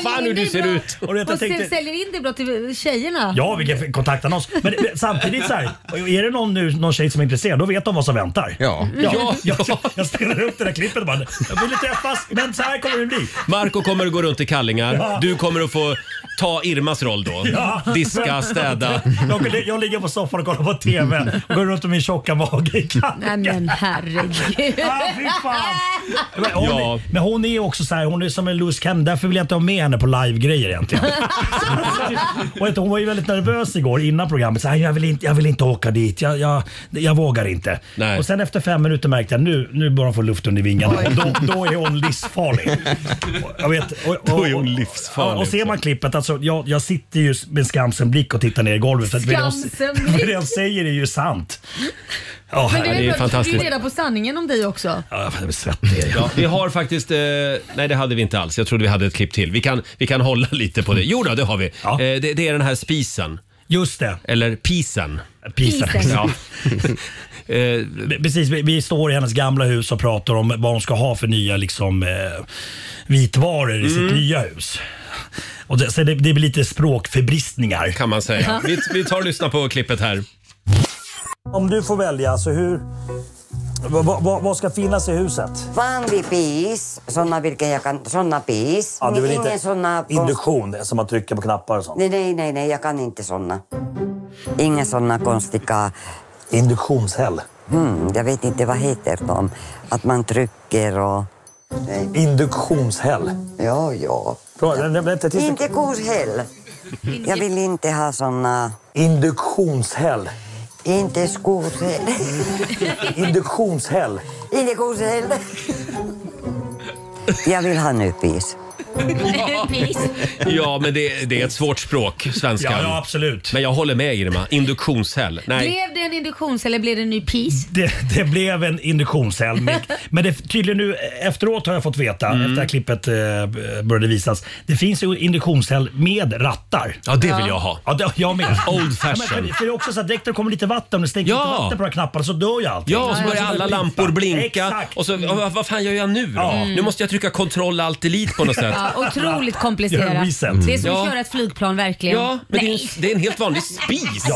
Fan, hur du ser ut. Och du vet, jag Och sen tänkte, säljer in det bra till tjejerna. ja, vi kan kontakta oss. Men eh, samtidigt så här, är det någon, nu, någon tjej som är intresserad, då vet de vad som väntar. Ja. Ja, *laughs* Jag, jag spelar upp det där klippet och bara, jag vill träffas, men så här kommer det bli. Marco kommer att gå runt i kallingar. Ja. Du kommer att få ta Irmas roll då. Diska, städa. *laughs* Jag, jag ligger på soffan och kollar på TV och går runt med min tjocka mage i kallingar. Nej men herregud. Ah, fy fan. Men hon, Ja. men hon är ju också så här, hon är som en loose cam. Därför vill jag inte ha med henne på *laughs* live-grejer egentligen. och vet du, hon var ju väldigt nervös igår innan programmet. Så här, jag, vill inte, jag vill inte åka dit. Jag, jag, jag vågar inte. Och sen efter fem minuter märkte jag nu, nu börjar hon få luft under vingarna. Och då, då är hon livsfarlig. Och Jag vet, och, och, Då är hon Ja, livsfarlig. och ser man klippet, alltså, jag, jag sitter ju med skamsen blick och tittar ner i golvet. För att det de- Skamsen blick. det de säger är ju sant. Ja, Men det är, ju bra, fantastiskt. Du är reda på sanningen om dig *laughs* också. Ja, jag blir svettig. Ja, vi har faktiskt... Eh, nej, det hade vi inte alls. Jag trodde vi hade ett klipp till. Vi kan, vi kan hålla lite på det. Jo då, det har vi. Eh, det, det är den här spisen. Just det. Eller pisen. Pisen. Pisen. Ja. *laughs* Eh, B- Precis, vi, vi står i hennes gamla hus och pratar om vad hon ska ha för nya liksom, eh, vitvaror i sitt nya hus. Och det, så det, det blir lite språkförbristningar. kan man säga. Vi, vi tar och lyssnar på klippet här. Om du får välja, alltså hur, vad, vad, vad ska finnas i huset? Vanlig pis, såna vilken jag kan... Såna pis. Ja, du vill Ingen inte- såna... Induktion, som man trycker på knappar och sånt. Nej, nej, nej, nej, jag kan inte såna. Inga såna konstiga... Induktionshäll? Mm, jag vet inte, vad heter de? Att man trycker och... Nej. Induktionshäll? Ja, ja. Inte korshäll. Jag vill inte ha såna... Induktionshäll? Inte skorshäll. Induktionshäll? Inte korshäll. Jag vill ha nypis. Ja, men det, det är ett svårt språk, svenskan. Ja, ja, absolut. Men jag håller med Irma. Induktionshäll. Nej. Blev det en induktions eller blev det en ny pis? Det, det blev en induktionshäll. *laughs* Men- Men det, tydligen nu efteråt har jag fått veta, Mm. efter det här klippet eh, började visas. Det finns ju induktionshäll med rattar. Ja, det vill jag ha. Ja, det, jag med. *laughs* Old Ja, men fashion. för, för det är också så att direkt när det kommer lite vatten, om det stänker Ja. lite vatten på de här knapparna så dör ju allt. Ja, och så börjar alla lampor blinka. Exakt. Mm. Och så, ja, vad, vad fan gör jag nu då? Ja. Nu måste jag trycka kontroll alt delete på något sätt. Mm. Ja, otroligt Gör en komplicerat. reset. Det är som Ja. att köra ett flygplan verkligen. Ja, men det är, en, det är en helt vanlig spis.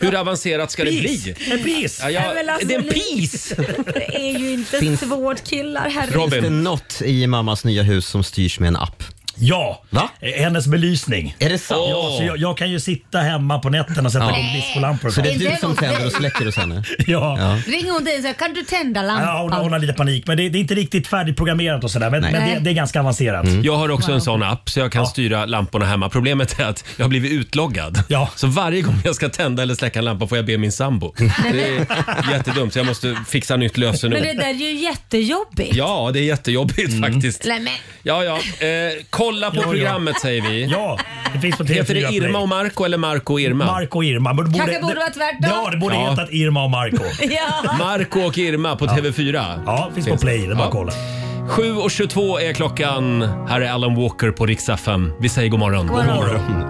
Hur avancerat ska det bli? En pis! Ja, Nej, men jag, alltså, det är en ni- pis! *laughs* Det är ju inte Finns- svårt killar. Finns Herregud. det något i mammas nya hus som styrs med en app? Ja, Va? hennes belysning. Är det sant? Ja, så jag, jag kan ju sitta hemma på nätterna och sätta Ja. in diskolampor Så och sånt. det är Är du det som okej? tänder och släcker hos henne? *laughs* Ja. Ja. Ring hon dig och säger kan du tända Ja, hon, lampan? hon har lite panik, men det, det är inte riktigt färdigprogrammerat och sådär. Men, men det, det är ganska avancerat. Jag har också en sån app så jag kan styra lamporna hemma. Problemet är att jag har blivit utloggad. Ja. Så varje gång jag ska tända eller släcka en lampa får jag be min sambo. Det är jättedumt så jag måste fixa nytt men det lösenord. där är ju jättejobbigt. Ja, det är jättejobbigt Mm. faktiskt. Nej, men, Ja, ja. Eh, kolla på Ja, ja. programmet säger vi. Ja, det finns på TV4 Heter det Irma Play. och Marco eller Marco och Irma? Marco och Irma. Men det Kanske borde vara tvärtom. Ja, det borde Ja. hetat Irma och Marco. ja. Marco och Irma på TV4. Ja, finns på Play. Det är bara att kolla. 7.22 är klockan. Här är Alan Walker på Rix FM. Vi säger god morgon. God morgon.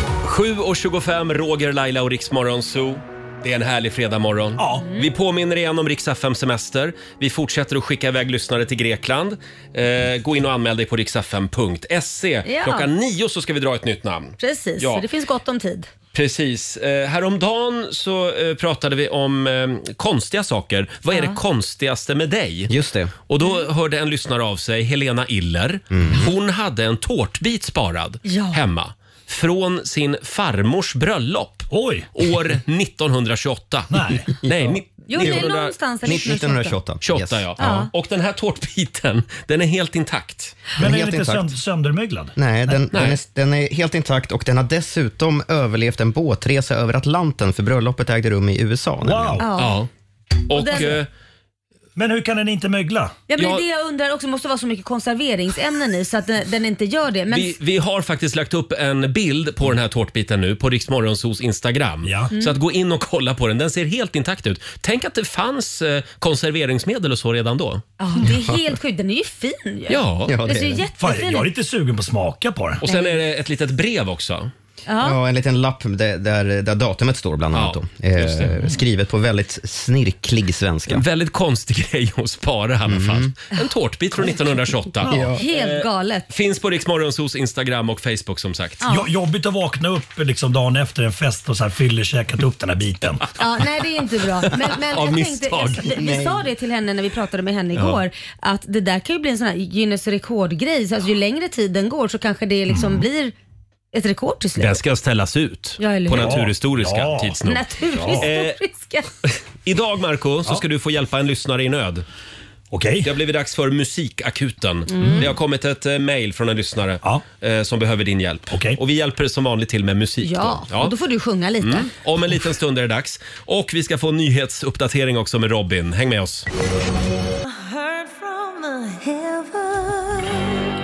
7.25, Roger, Laila och Rix Morgon Zoo. Det är en härlig fredagmorgon. Ja. Vi påminner igen om Rix FM semester. Vi fortsätter att skicka iväg lyssnare till Grekland. Eh, gå in och anmäl dig på rixfm.se. Ja. Klockan nio så ska vi dra ett nytt namn. *laughs* Precis, Ja. så det finns gott om tid. Precis. Eh, häromdagen så eh, pratade vi om eh, konstiga saker. Vad är det konstigaste med dig? Just det. Och då hörde en lyssnare av sig, Helena Iller. Hon hade en tårtbit sparad Mm. Ja. hemma från sin farmors bröllop. Oj! År 1928. Nej. Nej, ni- Jo, det är 1900 någonstans där 1928. 28 Yes. ja. Ja. Och den här tårtbiten, den är helt intakt. Men är helt lite intakt. sönd- söndermöglad? Nej, den, Den, är, den är helt intakt och den har dessutom överlevt en båtresa över Atlanten för bröllopet ägde rum i USA. Wow! nämligen. Ja. Och, den- eh, Men hur kan den inte mögla? Ja, men Det jag undrar också måste vara så mycket konserveringsämnen i så att den, den inte gör det. Men Vi, vi har faktiskt lagt upp en bild på den här tårtbiten nu på Riksmorgonsos Instagram. Mm. Så att gå in och kolla på den. Den ser helt intakt ut. Tänk att det fanns eh, konserveringsmedel och så redan då. ja, det är helt sjukt. Den är ju fin ju. Ja, den ser ju jättefin ut. lite sugen på att smaka på den. Och sen är det ett litet brev också. Ja. Ja, en liten lapp där, där, där datumet står bland annat. då. just det. Eh, skrivet på väldigt snirklig svenska. En väldigt konstig *laughs* grej att spara i alla fall. En Mm. tårtbit från 1928. Ja. Helt galet. Finns på Riksmorgonsos Instagram och Facebook som sagt. Ja. Jo- Jobbigt att vakna upp liksom dagen efter en fest och så här fyllerkäkat upp den här biten. Ja, nej det är inte bra. Men, *laughs* men Av jag misstag. Tänkte, jag, vi- vi Nej. sa det till henne när vi pratade med henne Ja. igår att det där kan ju bli en sån här Guinness rekordgrej. Så alltså, ju längre tiden går så kanske det liksom Mm. blir ett rekord till slut. Den ska ställas ut Ja, eller på hur? Naturhistoriska Ja. tids nog. Eh, Naturhistoriska. Idag Marco så ska du få hjälpa en lyssnare i nöd. Okej. Det har blivit dags för musikakuten. Mm. Det har kommit ett eh, mail från en lyssnare eh, som behöver din hjälp. Och vi hjälper som vanligt till med musik. *laughs* Ja, då. Ja. och då får du sjunga lite. Mm. Om en liten stund är det dags. Och vi ska få en nyhetsuppdatering också med Robin. Häng med oss. Mm.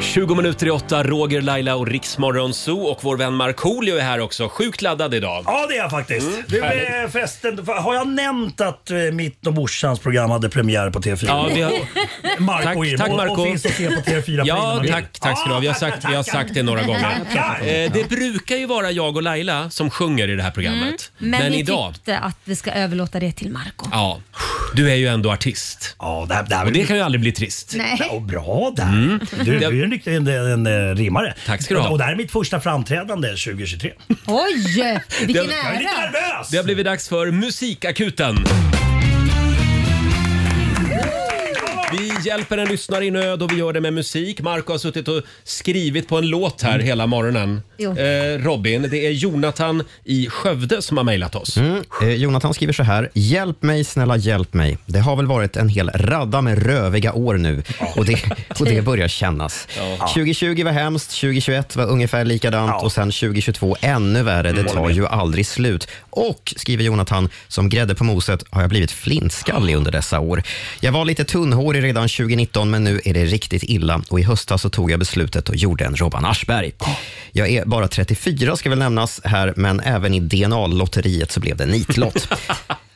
20 minuter i åtta, Roger, Laila och Riksmorgon Zoo och vår vän Markoolio är här också. Sjukt laddad idag. Ja, det är jag faktiskt. Mm, Du, härligt. eh, festen, har jag nämnt att eh, mitt och morsans program hade premiär på TV4? Ja, vi har- Marco tack, in. tack Och- Marco. Och finns att se på TV4 på Ja, innan- tack, tack ska du ha. Vi har sagt, vi har sagt det några gånger. Tackar. Eh, Det brukar ju vara jag och Laila som sjunger i det här Mm. programmet. Men, Men vi idag, tyckte att vi ska överlåta det till Marco ja, du är ju ändå artist. Ja, det här, och det kan ju aldrig bli trist. Mm. Nej. Och bra där. Du, du är en riktig en, en, en rimmare. Tack ska du ha. Och det här är mitt första framträdande 2023. Oj, Eh, vilken Jag är lite ära. nervös! Det har blivit dags för Musikakuten. Vi hjälper en lyssnare i nöd och vi gör det med musik. Marco har suttit och skrivit på en låt här hela morgonen. Jo. Eh, Robin, det är Jonathan i Skövde som har mejlat oss. Mm. Eh, Jonathan skriver så här. Hjälp mig, snälla hjälp mig. Det har väl varit en hel radda med röviga år nu och det, och det börjar kännas. Ja. 2020 var hemskt, 2021 var ungefär likadant och sen 2022 ännu värre. Det tar ju aldrig slut. Och, skriver Jonathan, som grädde på moset har jag blivit flintskallig under dessa år. Jag var lite tunnhårig redan 2019 men nu är det riktigt illa och i höstas så tog jag beslutet och gjorde en Robban Aschberg. Jag är bara 34 ska väl nämnas här, men även i DNA-lotteriet så blev det *laughs* nitlott.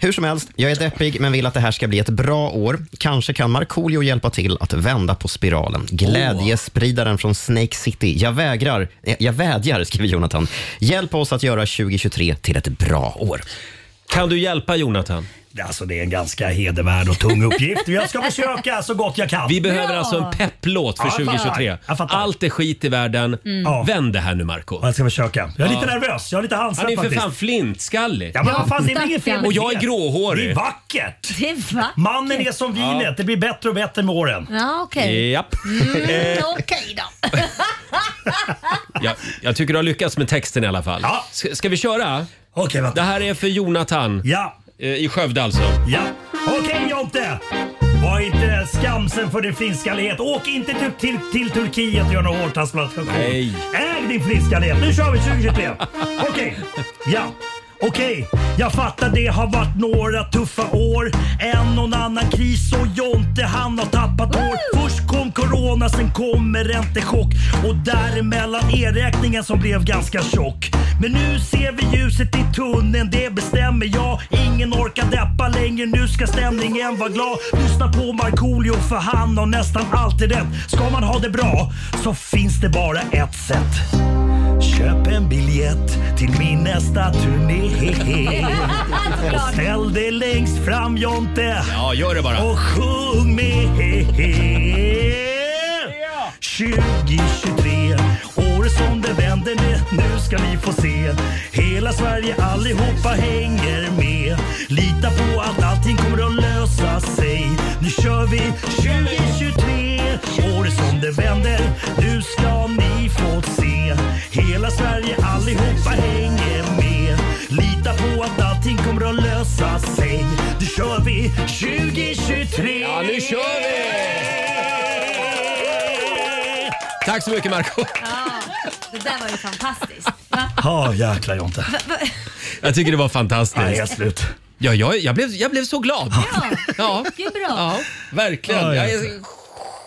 Hur som helst, jag är deppig men vill att det här ska bli ett bra år. Kanske kan Markoolio hjälpa till att vända på Oh. spiralen. Glädjespridaren från Snake City. Jag vägrar, eh, jag vädjar, skriver Jonathan. Hjälp oss att göra 2023 till ett bra år. Kan du hjälpa Jonathan? Alltså det är en ganska hedervärd och tung uppgift. Jag ska försöka så gott jag kan. Vi behöver alltså en pepplåt för Ja, jag fattar. 2023. Jag fattar. Allt är skit i världen. Mm. Ja. Vänd det här nu Marco Jag ska försöka. Jag är lite Ja. nervös. Jag har lite handsvett Han är för faktiskt. fan flintskallig. Ja, men vad fan, det är väl inget fel med Och jag är det. gråhårig. Det är vackert. Det är vackert. Mannen är som vinet. Det blir bättre och bättre med åren. Ja, okej. Japp. *laughs* Mm, Eh, okej då. jag, jag tycker du har lyckats med texten i alla fall. Ja. Ska, ska vi köra? Okej, Det här är för Jonathan. Ja. I Skövde alltså. Ja. Okej Jonte! Var inte skamsen för din flintskallighet. Åk inte till, till, till Turkiet och gör några hårtransplantation. Nej. Äg din flintskallighet. Nu kör vi 2023. Okej. Ja. Okej, jag fattar det har varit några tuffa år. En och en annan kris och Jonte han har tappat år. Först kom corona, sen kommer räntechock. Och däremellan elräkningen som blev ganska tjock. Men nu ser vi ljuset i tunneln, det bestämmer jag. Ingen orkar deppa längre, nu ska stämningen vara glad. Lyssna på Markoolio för han har nästan alltid rätt. Ska man ha det bra så finns det bara ett sätt. Köp en biljett till min nästa turné. Och ställ dig längst fram Jonte. Ja, gör det bara. Och sjung med. *laughs* 2023, året som det vänder nu. Nu ska vi få se. Hela Sverige allihopa hänger med. Lita på att allting kommer att lösa sig. Nu kör vi 2023, året som det vänder. Nu ska ni få se. Hela Sverige allihopa hänger med. Lita på att allting kommer att lösa sig. Nu kör vi 2023. Ja, nu kör vi! Tack så mycket Marco Ja, det där var ju fantastiskt. Va? Ja, jäklar Jonte. Va, va? Jag tycker det var Nej, fantastiskt. jag är slut. Ja, jag, jag, blev, jag blev så glad. Ja, ja. det är bra. verkligen. Ja, ja. Jag är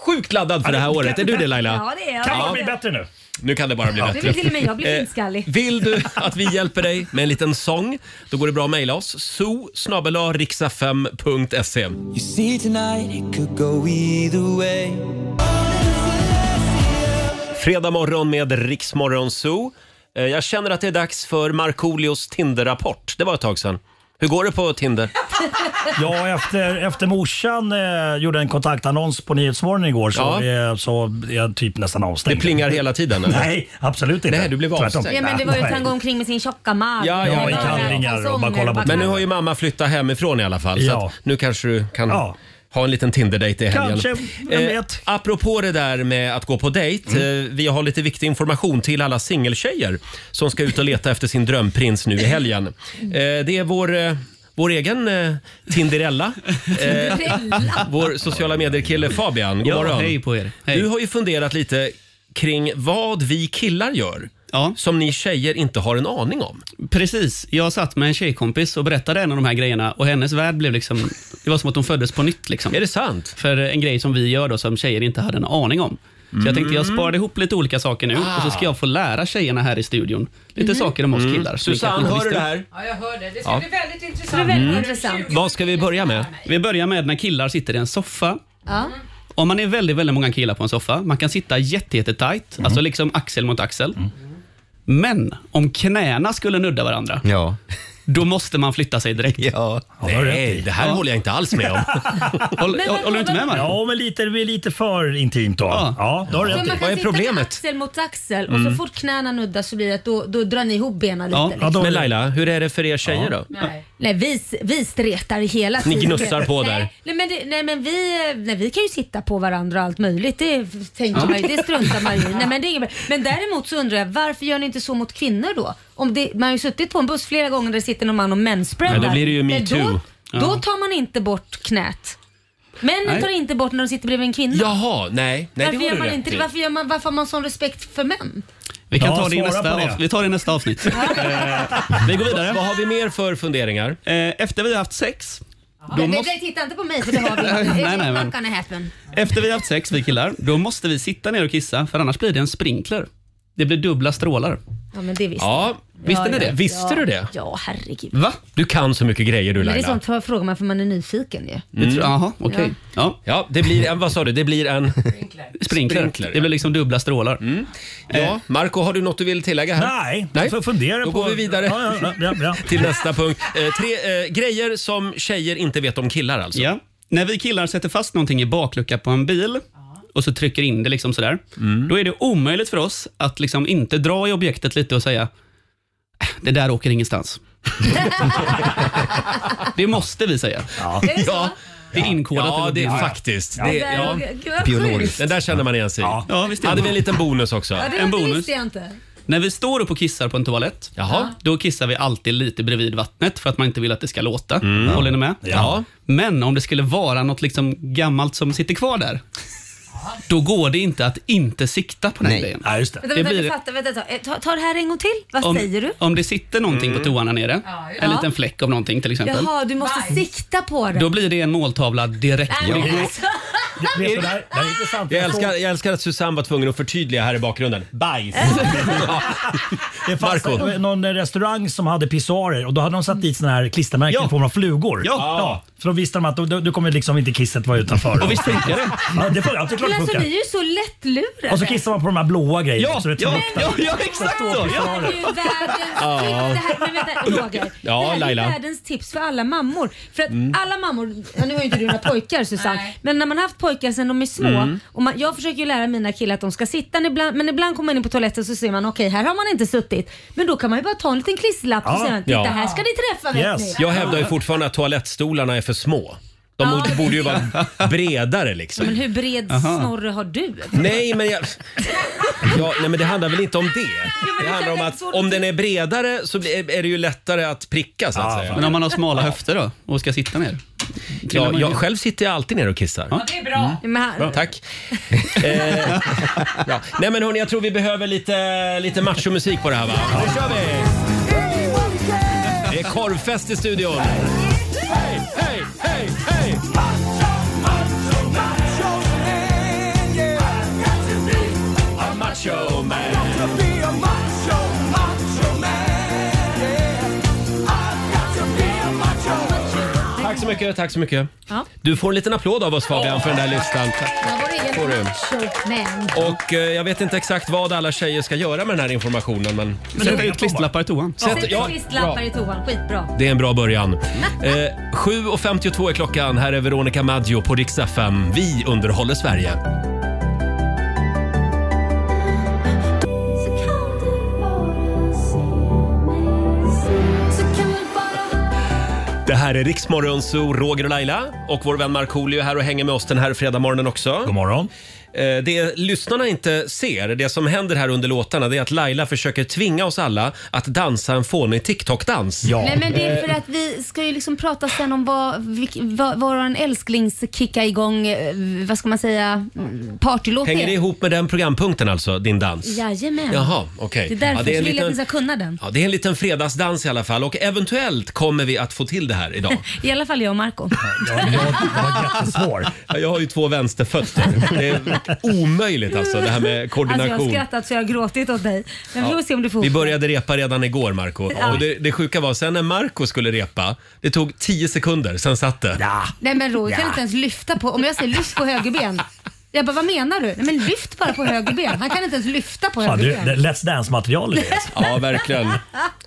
sjukt laddad för det här året. Är du det Laila? Ja, det är jag. Kan bara bli bättre nu? Nu kan det bara bli Ja. bättre. Det blir till och med jag blir Eh, finskallig. Vill du att vi hjälper dig med en liten sång? Då går det bra att mejla oss. so riksfm.se See tonight it could go either way. Fredag morgon med Riksmorgon Zoo. Eh, Jag känner att det är dags för Markoolios Tinder-rapport. Det var ett tag sedan. Hur går det på Tinder? Ja, efter, efter morsan eh, gjorde en kontaktannons på Nyhetsmorgon igår så, Ja. eh, så är jag typ nästan avstängd. Det plingar hela tiden, eller? Nej, *laughs* absolut inte. Nej, du blev Tvärtom. avstängd. Ja, men det var ju att Nej. han går omkring med sin tjocka mage. Ja, ja, i kallingar och bara kolla Men nu har ju mamma flyttat hemifrån i alla fall. Så Ja. att nu kanske du kan Ja. ha en liten Tinder-dejt i helgen. Kanske, vem Mm. Eh, apropå det där med att gå på dejt. Eh, vi har lite viktig information till alla singeltjejer som ska ut och leta efter sin drömprins nu i helgen. Eh, det är vår... Eh, vår egen eh, Tinderella, eh, Tinderella. vår sociala medier-kille Fabian. God Ja, morgon. hej på er. Hej. Du har ju funderat lite kring vad vi killar gör som ni tjejer inte har en aning om. Precis. Jag satt med en tjejkompis och berättade en av de här grejerna och hennes värld blev liksom... Det var som att hon föddes på nytt. Liksom. Är det sant? För en grej som vi gör då som tjejer inte hade en aning om. Så jag tänkte jag Mm. sparade ihop lite olika saker nu och så ska jag få lära tjejerna här i studion lite Mm. saker om oss killar. som vi Susanne, kanske inte hör du visste. det här? Ja, jag hör det. Det ska Ja. bli väldigt intressant. Det är väldigt Mm. intressant. Vad ska vi börja med? Vi börjar med när killar sitter i en soffa. Ja. Om man är väldigt, väldigt många killar på en soffa, man kan sitta jätte, jätte tight, Mhm. alltså liksom axel mot axel. Mm. Men om knäna skulle nudda varandra, då måste man flytta sig direkt. Ja. Nej, det här håller jag inte alls med om. håller, håller du inte med mig? Ja, men lite, det blir lite för intimt då. Ja, då har du Så rätt man i. kan sitta med axel mot axel och Mm. så fort knäna nuddas så blir det att då, då drar ni ihop benen lite. liksom. Men Laila, hur är det för er tjejer då? Nej, vi, vi stretar hela Ni tiden. gnussar på nej, där. Nej men, det, nej, men vi, nej, vi kan ju sitta på varandra och allt möjligt. Det tänker man ju. Det struntar man ju i. nej, men, det är inget bra. men däremot så undrar jag, varför gör ni inte så mot kvinnor då? Om det, man har ju suttit på en buss flera gånger där det sitter någon man och mensspreadar. Ja, då blir det ju Nej, metoo. Då, Ja. då tar man inte bort knät. Männen Nej. tar inte bort när de sitter bredvid en kvinna. Jaha, nej. nej varför, det har gör du man rätt inte, det? i. varför, gör man, varför har man sån respekt för män? Vi kan Ja, ta det i svara nästa, på det. avsnitt. Vi tar det i nästa avsnitt. Eh, vi går vidare. Vad har vi mer för funderingar? Efter vi har haft *laughs* sex, då Men, måste, men, titta inte på mig för det har vi inte. *laughs* Nej, nej, It's men- not gonna happen. efter vi har haft sex, vi killar, då måste vi sitta ner och kissa, för annars blir det en sprinkler. Det blir dubbla strålar. Ja, men det visste Ja, jag. visste ni ja, det? Ja, Visste ja, du det? Mm, Ja, herregud. Va? Du kan så mycket grejer du Men det är Laila. Mm. sånt för frågar man för man är nyfiken ju. Mm. Ja. Ja. ja, det blir en, vad sa du, det blir en... Sprinkler. Det blir liksom dubbla strålar. Eh. Mm. Ja, Marco har du något du vill tillägga här? Nej, Nej. så fundera Då på- går vi vidare Ja, ja, ja, ja. till nästa punkt. Eh, tre eh, grejer som tjejer inte vet om killar alltså. Ja. När vi killar sätter fast någonting i bakluckan på en bil och så trycker in det liksom sådär. Mm. Då är det omöjligt för oss att liksom inte dra i objektet lite och säga "Äh, det där åker *laughs* ingenstans. det måste vi säga. Ja. Är det så? Det är inkodat. Ja, i vår det är DNA. faktiskt. Det, Ja. ja. Gud, vad Biologiskt. sjukt. Den där känner man igen sig i. Ja, visst är det. Hade vi en liten bonus också? Ja, det, En en bonus. Det visste jag inte. När vi står upp och kissar på en toalett, Jaha. då kissar vi alltid lite bredvid vattnet för att man inte vill att det ska låta. Håller ni med? Mm. Ja. Men om det skulle vara något liksom gammalt som sitter kvar där, då går det inte att inte sikta på den grejen. Nej, just det. Vänta, vänta, blir... vänta, vänta, vänta. Eh, Ta, ta det här en gång till. Vad om, säger du? om det sitter någonting Mm. på toan här nere, en det. liten fläck av någonting till exempel, Jaha, du måste sikta på det. då blir det en måltavla direkt. Nej, Det men går- alltså. Jag älskar, jag älskar att Susanne var tvungen att förtydliga här i bakgrunden. Bajs. Det fanns Marco. en- någon restaurang som hade pissoarer och då hade de satt dit såna här klistermärken i form av flugor. Ja. För då visste de att då, då, då kommer liksom inte kisset vara utanför. Och visst funkar det? Ja, det funkar. Ja, det är klart Men det alltså funkar. ni är ju så lättlurade. Och så kissar man på de här blåa grejerna. Ja, så det ja, luktar. ja, ja, exakt Det står så, ja. pissoarer. Det är ju världens Ja. tips. Det här, men vänta, Roger. Ja, det här Laila. är världens tips för alla mammor. För att Mm. alla mammor, ja, nu har ju inte du några pojkar Susanne, men när man har haft pojkar sedan de är små. Mm. Och man, jag försöker ju lära mina killar att de ska sitta, men ibland, men ibland kommer man in på toaletten så ser man okej, här har man inte suttit. Men då kan man ju bara ta en liten klisterlapp och Ja. säga titta Ja. här ska ni träffa vet ni. Jag hävdar ju fortfarande att toalettstolarna är för små. De Ja, borde- det borde ju tycker *laughs* vara bredare liksom. Men hur bred Aha. snorre har du? Nej, men jag... Ja, nej, men det handlar väl inte om det? Det handlar om att om den är bredare så blir- är det ju lättare att pricka så att säga. Men om man har smala höfter då och ska sitta ner? Ja, jag, själv sitter jag alltid ner och kissar. det är bra. Men han, Bra. Tack. Eh, ja. Nej men hörni, jag tror vi behöver lite, lite machomusik på det här va? Nu kör vi! Det är korvfest i studion. Hej, hej, hej, hej! Macho, macho, macho man, yeah. I've got to be a macho man. Got to be a macho, macho man, yeah. I've got to be a macho Tack så mycket, tack så mycket. Du får en liten applåd av oss Fabian för den där listan. Där var det Får du. egen macho-man. Och eh, jag vet inte exakt vad alla tjejer ska göra med den här informationen men... Men sätta ut klistlappar i toan. Sätt, ja, Klistlappar i toan, skitbra. det är en bra början. Eh, 7.52 är klockan. Här är Veronica Maggio på Rix FM. Vi underhåller Sverige. Det här är Riksmorgon Zoo, Roger och Laila och vår vän Markoolio är här och hänger med oss den här fredagmorgonen också. God morgon. Det lyssnarna inte ser, det som händer här under låtarna, det är att Laila försöker tvinga oss alla att dansa en fånig TikTok-dans. Nej men det är Eh. för att vi ska ju liksom prata sen om vad, vilk- vad, vad vår älsklings kicka igång, eh, vad ska man säga, mm, partylåt Hänger det är. ihop med den programpunkten alltså, din dans? Jajamän. Jaha, okej. Det är därför Ja, det är en jag vill jag att ni liten- ska kunna den. Ja, det är en liten fredagsdans i alla fall och eventuellt kommer vi att få till det här idag. *laughs* I alla fall jag och Marco *laughs* Svår. Jag har ju två vänsterfötter. Det är omöjligt alltså det här med Alltså jag har koordination. skrattat så jag har gråtit åt dig. Men vi får Ja. se om du får Vi ihop började repa redan igår Marco. Ja. Och det, det sjuka var sen när Marco skulle repa, det tog 10 sekunder, sen satt det. Nej men Roger kan Ja. inte ens lyfta på, om jag säger lyft på höger ben. Jag bara, vad menar du? Nej men lyft bara på höger ben. Han kan inte ens lyfta på Fan, höger du, ben. det- Let's Dance-material i det. *laughs* Ja, verkligen.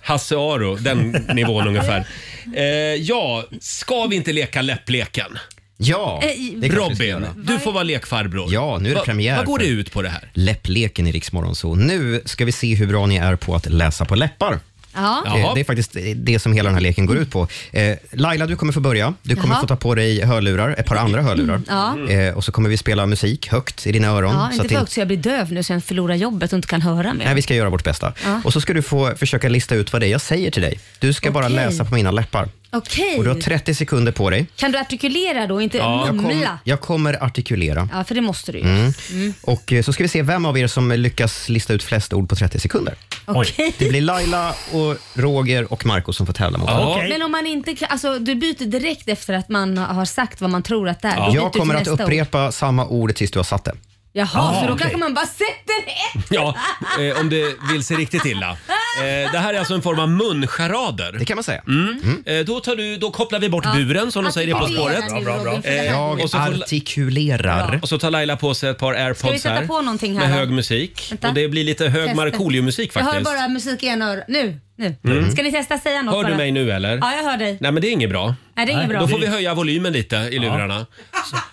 Hasse Aro, den nivån ungefär. Eh, ja, ska vi inte leka läppleken? Ja, Eh, det kanske vi ska Robin, göra. du får vara lekfarbror. Ja, nu är det Va- premiär. Vad går det för ut på det här? Läppleken i Rix Morgon Zoo. Nu ska vi se hur bra ni är på att läsa på läppar. *laughs* Ja. Eh, Det är faktiskt det som hela den här leken går ut på. Eh, Laila, du kommer få börja. Du kommer Jaha. Mm. få ta på dig hörlurar, ett par andra hörlurar. Ja. Eh, Och så kommer vi spela musik högt i dina öron. Ja, så inte att för det- högt så jag blir döv nu så jag förlorar jobbet och inte kan höra mer. Nej, vi ska göra vårt bästa. Ja. Och så ska du få försöka lista ut vad det är jag säger till dig. Du ska bara Okej. läsa på mina läppar. Okej. Och du har 30 sekunder på dig. Kan du artikulera då, inte jag, mumla? kommer, jag kommer artikulera. Ja, för det måste du ju. Mm. Mm. Och eh, så ska vi se vem av er som lyckas lista ut flest ord på 30 sekunder. Okej. Det blir Laila, och Roger och Marco som får tävla mot varandra. Men om man inte kan, alltså du byter direkt efter att man har sagt vad man tror att det är. Du byter Jag till kommer att nästa ord. upprepa samma ord tills du har satt det. Jaha, Ah, så då okej. kanske man bara sätter ett. Ja, eh, om det vill sig riktigt illa. Eh, det här är alltså en form av muncharader. Det kan man säga. Mm. Eh, då, tar du, då kopplar vi bort Ja, buren som de säger i På artikulera spåret. nu, Bra, bra, bra. Robin, för det här- Jag Eh, och så får- artikulerar. Och så tar Laila på sig ett par Ska vi airpods sätta här. på någonting här Med då? hög musik. Vänta. Och det blir lite hög Testa. Markoolio-musik Jag hör faktiskt. bara musik i ena örat. Nu, nu. Mm. Ska ni testa säga något Hör bara? du mig nu eller? Ja, jag hör dig. Nej men det är inget bra. Nej, det är inget bra. Då får vi höja volymen lite i lurarna.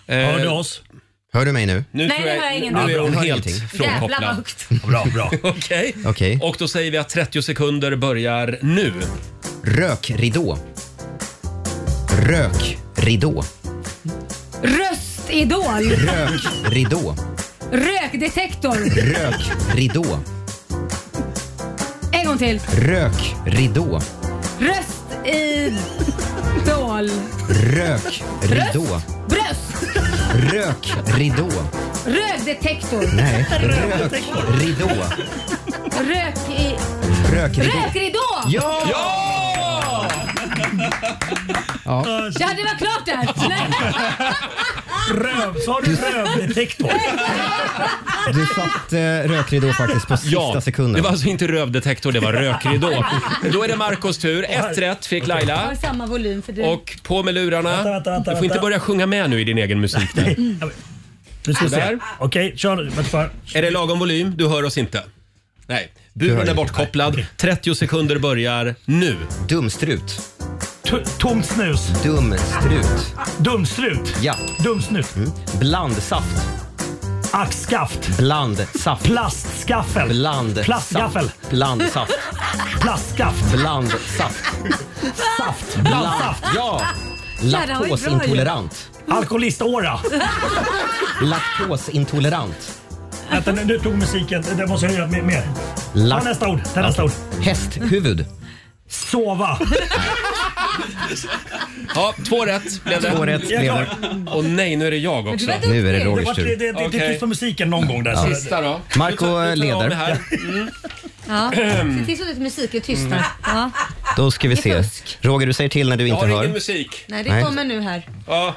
Hör du oss? Hör du mig nu? Nu Nej, tror det hör jag Nu ingenting. är hon Hör helt ingenting. Jävlar vad frånkopplad. högt. Bra, bra. *laughs* Okej. Okej. Och då säger vi att 30 sekunder börjar nu. Rökridå. Rökridå. Röstidol. Rökridå. Rökdetektor. Rökridå. En gång till. Rökridå. Röstidol. Rökridå. Bröst. Rökridå. Rökdetektor. Nej, rökridå. Rök i... Rökridå. Rökridå! Ja! Ja, det var klart där. Nej. Röv, sa du rövdetektor? Du satte eh, rökridå faktiskt på sista Ja, sekunden. det var alltså inte rövdetektor, det *laughs* var rökridå. Då är det Marcos tur. Ett rätt fick Jag Laila. har samma volym för du. Och på med lurarna. vänta, du får inte vänta. börja sjunga med nu i din *laughs* egen musik. Där. Nu ska vi se. Där. Okej, kör nu. Vänta. Är det lagom volym? Du hör oss inte. Nej, buren är bortkopplad. 30 sekunder börjar nu. Dumstrut. T- Tomt snus. Dumstrut. Dumstrut. Ja. Dumsnut. Mm. Blandsaft. Axskaft. Blandsaft. Plastskaffel. Blandsaft. Plastgaffel. Blandsaft. Plastskaft. Blandsaft. Saft. Bland, Blandsaft. ja. Ja, det var ju bra ju. *laughs* Laktosintolerant. Alkoholiståra. Laktosintolerant. Vänta, nu, nu tog musiken. Det måste jag göra mer. mer. Ta nästa ord. Ta nästa ord. Hästhuvud. Sova. Ja, två rätt blev det. Två rätt blev det. Och nej, nu är det jag också. Men du var Nu är det Rogers Det, det, det, det är typ tyst på musiken någon gång där. Ja. så- Sista då. Marco Nu tar- nu tar jag av leder. det här. Ja. Se till så att musiken tystnar. Ja. Då ska Mm. vi Det är se. Roger, du säger till när du Jag inte har hör. ingen musik. Nej, det kommer nu här. Ja.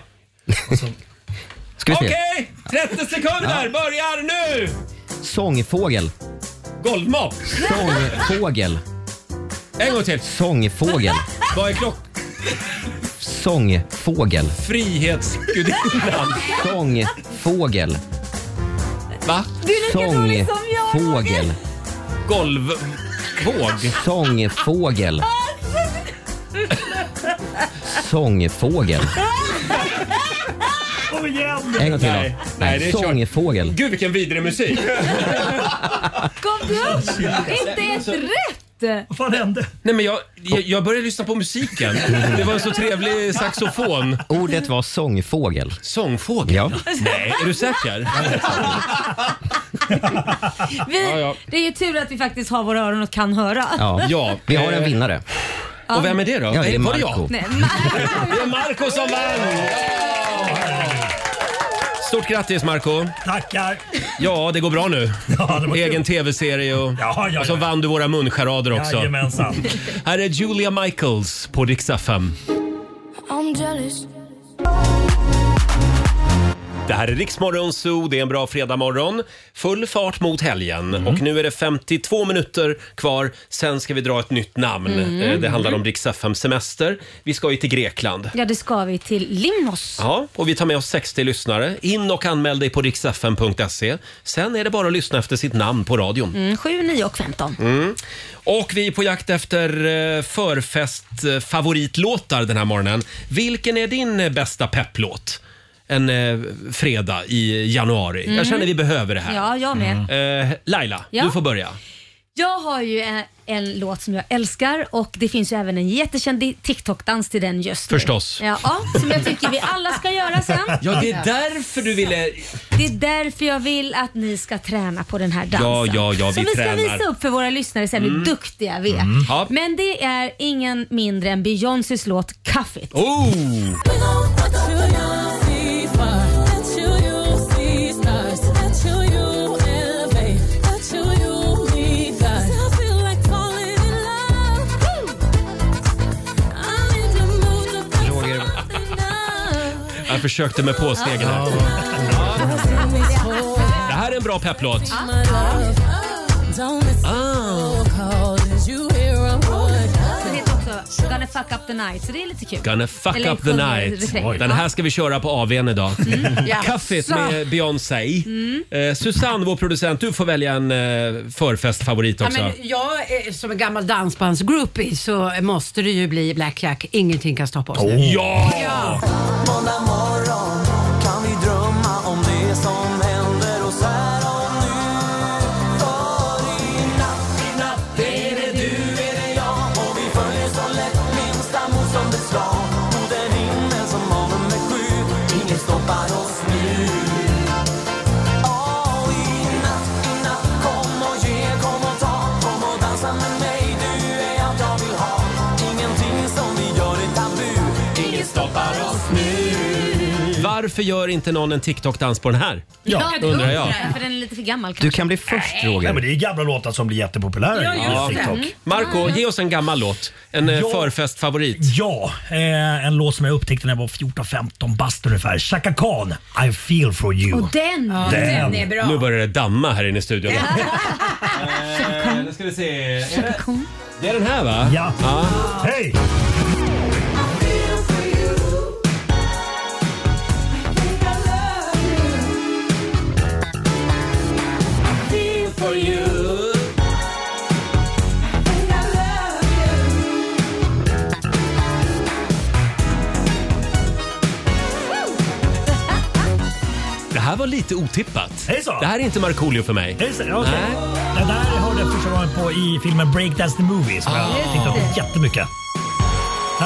Ska vi se. Okej, 30 sekunder börjar nu! Sångfågel. Golvmopp. Sångfågel. En gång till. Sångfågel. Vad är klock? Sångfågel. Frihetsgudinnan. Sångfågel. Va? Du är lika dålig som jag, Sångfågel. Golvvåg. Sångfågel. *laughs* Sångfågel. Kom Oh, igen! En gång till Nej, då. nej, det är kört. Sångfågel. Gud vilken vidrig musik. Kom du upp? alltså. Inte ett rätt! Vad fan hände? Nej, men jag, jag, jag började lyssna på musiken. Det var en så trevlig saxofon. Ordet var sångfågel. Sångfågel? Ja. Nej, är du säker? Vi, Ja, ja. Det är ju tur att vi faktiskt har våra öron och kan höra. Ja. Vi har en vinnare. Ja. Eh, Och vem är det då? Ja, det är Var Marco. jag? Nej, ma- Det är Marco som vann! Stort grattis Marco Tackar! Ja, det går bra nu. Egen tv-serie och, ja, ja. och så vann du våra muncharader också. Jajamensan. Här är Julia Michaels på Dixa 5. I'm jealous. Det här är Riksmorgon Zoo, det är en bra fredagmorgon. Full fart mot helgen och nu är det 52 minuter kvar. Sen ska vi dra ett nytt namn. Mm. Eh, Det handlar om Rix FM semester. Vi ska ju till Grekland. ja, det ska vi till Limnos. Ja, och vi tar med oss 60 lyssnare. In och anmäl dig på riksfm.se. Sen är det bara att lyssna efter sitt namn på radion. Mm, 7, 9 och 15. Mm. Och vi är på jakt efter eh, förfest-favoritlåtar den här morgonen. Vilken är din eh, bästa pepplåt? En eh, fredag i januari. Mm. Jag känner vi behöver det här. Ja, jag med. Eh, Laila, Ja. du får börja. Jag har ju en, en låt som jag älskar och det finns ju även en jättekänd di- TikTok-dans till den just nu. Förstås. Ja, ja, som jag tycker vi alla ska göra sen. *laughs* Ja, det är därför du ville... Det är därför jag vill att ni ska träna på den här dansen. Ja, ja, ja, vi Som vi ska tränar. visa upp för våra lyssnare sen Mm. hur duktiga vi är. Mm. Ja. Men det är ingen mindre än Beyoncés låt Cuff It. Oh! Jag försökte mig på stegen här. Det här är en bra pepplåt. Ah. Den heter också Gonna fuck up the night, så det är lite kul. Gonna fuck Eller up the sjunger *laughs* night. refrängen. Den här ska vi köra på AWn idag. Mm. Ja. *laughs* Kaffet Så. med Beyoncé. Mm. Eh, Susanne, vår producent, du får välja en eh, förfestfavorit Ja, också. men jag eh, som en gammal dansbandsgroupie så måste det ju bli Black Jack. Ingenting kan stoppa oss nu. Oh. Ja! Måndag morgon kan vi drömma om det som händer oss här och nu. För i natt, i natt är det du, är det jag och vi följer så lätt minsta mot som det ska. Mot en himmel som har nummer sju, ingen stoppar oss nu. Åh, i natt, i natt, kom och ge, kom och ta, kom och dansa med mig, du är allt jag vill ha. Ingenting som vi gör är tabu, ingen stoppar oss nu. Varför gör inte någon en TikTok-dans på den här? Ja, det undrar jag. För den är lite för gammal kanske. Du kan bli först Roger. Nej, men det är gamla låtar som blir jättepopulära Ja, i just det. TikTok. Mm. Marco, ge oss en gammal låt. En eh, Ja. förfestfavorit. Ja, eh, en låt som jag upptäckte när jag var 14-15 bast ungefär. Chaka Khan, I feel for you. Och den! Ja, den är bra. Nu börjar det damma här inne *laughs* i studion. Eh, nu ska vi se. Är det, det är den här va? Ah. Ja. Hej! Det här var lite otippat. Hejsan. Det här är inte Markoolio för mig. Hejsan, okej. Den där hörde jag första gången på i filmen Breakdance the Movie som Ah. jag tyckte om jättemycket.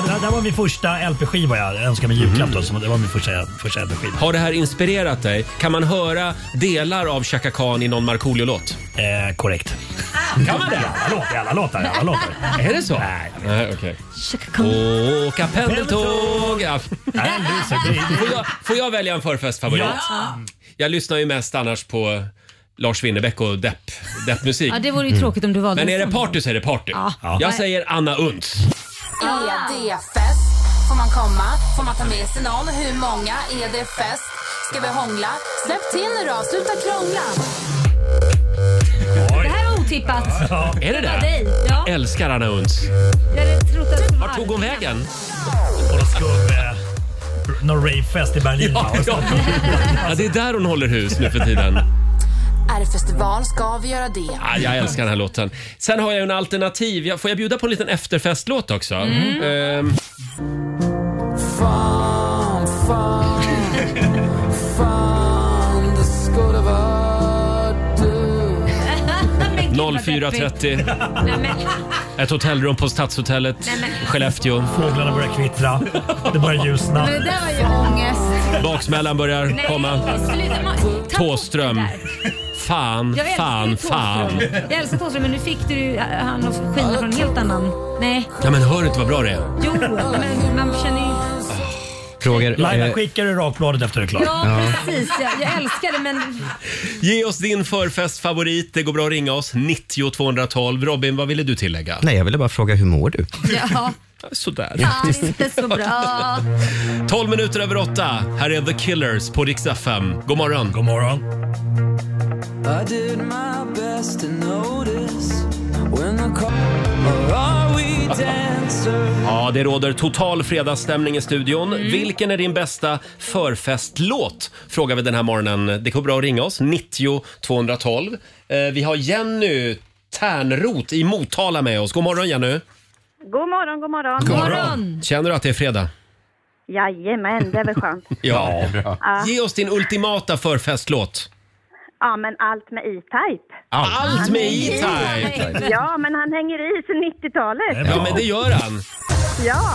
Det där, där var min första LP-skiva jag önskade mig i julklapp. Mm. Då, så det var min första, första LP-skiva. Har det här inspirerat dig? Kan man höra delar av Chaka Khan i någon Markoolio-låt? Eh, korrekt. Kan man det? Alla låtar, alla låtar, alla låtar. *laughs* Är det så? Nej, okej. Åka pendeltåg. Ja. Får jag, får jag välja en förfestfavorit? Ja. Jag lyssnar ju mest annars på Lars Winnerbäck och depp, deppmusik. Ja, det vore ju tråkigt om du valde Mm. Men är det en sån. party så är det party. Ja. Jag säger Anna Untz. Är det fest? Får man komma? Får man ta med sig någon? Hur många? Är det fest? Ska vi hångla? Släpp till nu då! Sluta krångla! Det här var otippat. Är det var det? dig. Ja. Älskar Anna Untz. Jag hade trott att det var Vart tog hon vägen? På någon skum... Eh, någon ravefest i Berlin. Ja, ja. ja, det är där hon håller hus nu för tiden. Är det festival ska vi göra det. Ah, jag älskar den här låten. Sen har jag ju en alternativ. Jag- Får jag bjuda på en liten efterfestlåt också? Mm. Ehm, Fan, fan, fan, det skulle vara du. 04.30. Ett hotellrum på Stadshotellet Nej, men- Skellefteå. Fåglarna börjar kvittra. Det börjar ljusna. Men det där var ju ångest. Baksmällan börjar Nej, komma. sluta. Man- ta bort Tåström. det där. Fan, Jag älskar ju fan, Thåström. fan. Jag älskar Thåström men nu fick du ju, äh, han att skina från en helt annan. Nej, Ja, men hör du inte vad bra det är? jo, men man känner ju... Roger, Laila, eh, skickar du rakbladet efter det är klart? Ja, precis. Jag, jag älskar det men Ge oss din förfestfavorit. Det går bra att ringa oss. 90 212. Robin, vad ville du tillägga? Nej, jag ville bara fråga hur mår du? *laughs* ja, Sådär. fan inte så bra. 12 minuter över åtta. Här är The Killers på Rix FM. God morgon. God morgon. I did my best to notice when the call or are we dancers? Ja, det råder total fredagsstämning i studion. Mm. Vilken är din bästa förfestlåt? Frågar vi den här morgonen. Det går bra att ringa oss. 90 212. Eh, vi har Jenny Tärnrot i Motala med oss. God morgon Jenny. God morgon, god morgon. Känner du att det *laughs* är fredag? Jajamän, det är väl skönt. Ja. Ja. Ge oss din ultimata förfestlåt. ja, men allt med E-Type. Allt, Allt med E-Type. E-Type! Ja, men han hänger i sedan 90-talet. Ja, men det gör han. Ja.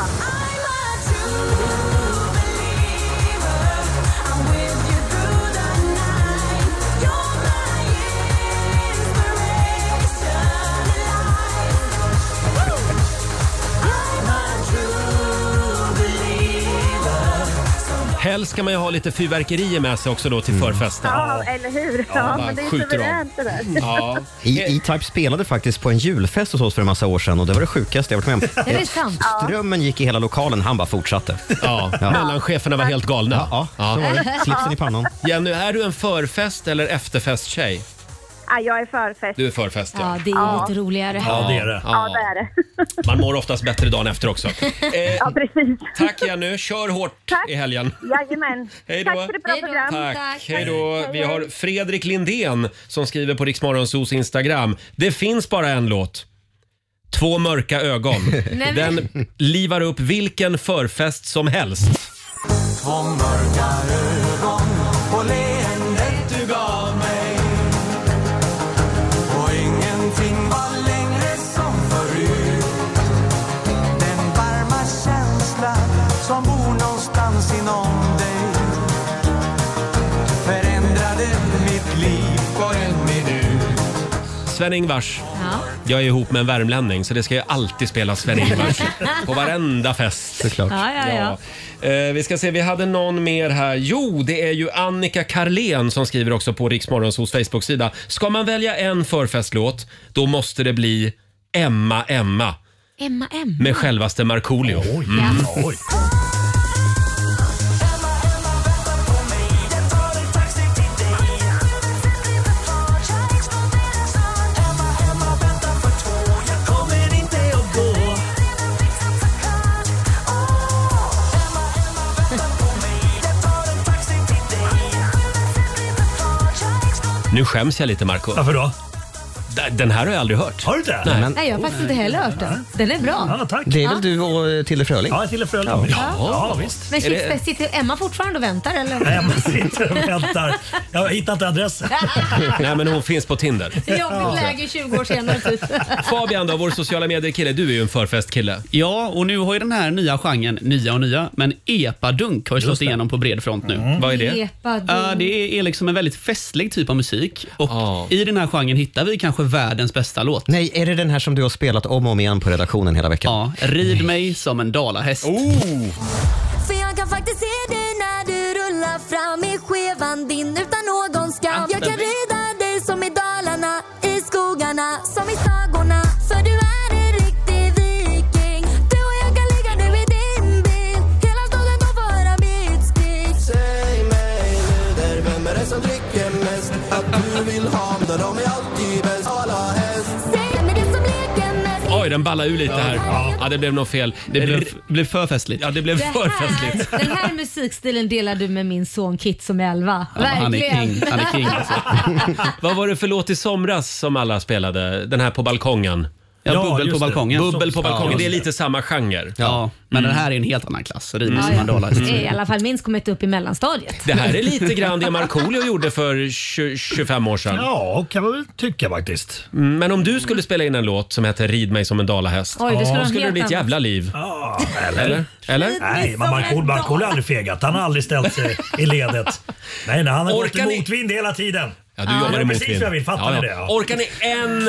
Helst ska man ju ha lite fyrverkerier med sig också då till Mm. förfesten. ja, eller hur? Ja, Ja, men det är skjuter av. suveränt det där. Ja. E- E-Type spelade faktiskt på en julfest hos oss för en massa år sedan och det var det sjukaste jag varit med om. Är det sant? Ja. Strömmen gick i hela lokalen, han bara fortsatte. Ja, mellancheferna var helt galna. Ja, ja, så var det. Slipsen i pannan. Jenny, är du en förfest eller efterfesttjej? Ja, jag är förfest. Du är förfest ja. Ja, det är lite roligare. Ja, det är det. Ja, det är det. Man mår oftast bättre dagen efter också. *laughs* Ja, precis. Tack Jenny, kör hårt Tack. i helgen. Jajamän. Hej då. Tack för ett bra program. Tack, hej då. Vi har Fredrik Lindén som skriver på Riksmorgonsos Instagram. Det finns bara en låt. Två mörka ögon. men- Den livar upp vilken förfest som helst. Två mörka ögon och leendet du gav mig Och ingenting var längre som förut Den varma känsla som bor någonstans inom dig Förändrade mitt liv på en minut Sven-Ingvars. Jag är ihop med en värmlänning så det ska ju alltid spelas *laughs* Sven-Ingvars på varenda fest. Såklart. Ja, ja, ja. Eh, vi ska se, vi hade någon mer här. Jo, det är ju Annika Karlén som skriver också på Riksmorgonsos Facebook-sida. Ska man välja en förfestlåt, då måste det bli Emma, Emma Emma M. med självaste Markoolio. Mm. Nu skäms jag lite, Marco. Varför då? D- Den här har jag aldrig hört. Har du inte? Nej. Nej, jag har faktiskt inte heller hört den. Den är bra. Ja, tack. Det är väl du och eh, Tilde Fröling? Ja, Tilde Fröling. Ja. Ja, ja, visst. Men Är det- Schibsted, sitter Emma fortfarande och väntar eller? Nej, *laughs* man sitter och väntar. Jag hittar inte adressen. Nej, men hon finns på Tinder. Jobbigt läge 20 år senare typ. *laughs* Fabian då, vår sociala medier-kille. Du är ju en förfestkille. Ja, och nu har ju den här nya genren, nya och nya, men epadunk har ju Just slått det. Mm. igenom på bred front nu. Vad är Epadunk. Ja, det är liksom en väldigt festlig typ av musik. Och I den här genren hittar vi kanske världens bästa låt. Nej, är det den här som du har spelat om och om igen på redaktionen hela veckan? Ja, Rid mig som en dalahäst. Oh. För jag kan faktiskt se dig när du rullar fram i skevan din utan någon skam. Ah, Jag kan den- rida dig som den ballade ur lite här. Ja, det blev nog fel. Det blev, blev för festligt. Ja, det blev Det för här- *laughs* festligt. Den här musikstilen delar du med min son Kit som är 11. *laughs* alltså. *laughs* Vad var det för låt i somras som alla spelade? Den här på balkongen. Ja, Ja, Bubbel på just det. balkongen. Bubbel på Ja, balkongen, just det är det. lite samma genre. Mm. Ja, men den här är en helt annan klass. Rimlig Ja, som Mandala. ja. Det är I alla fall minst kommit upp i mellanstadiet. Det här är lite grann det Markoolio gjorde för 20, 25 år sedan. Ja, kan man väl tycka faktiskt. Mm, Men om du skulle spela in en låt som heter Rid mig som en dalahäst. Oj, det skulle då vara skulle det helt bli ett annat. jävla liv. eller? Eller? eller? Nej, men Markoolio Markoolio har aldrig fegat. Han har aldrig ställt sig i ledet. Nej, nej han har Orkar gått ni- i motvind hela tiden. Ja, du jobbar Jag i vet motvind. Precis vad jag vill, fattar Ja, ni det? ja. Ja. Orkar ni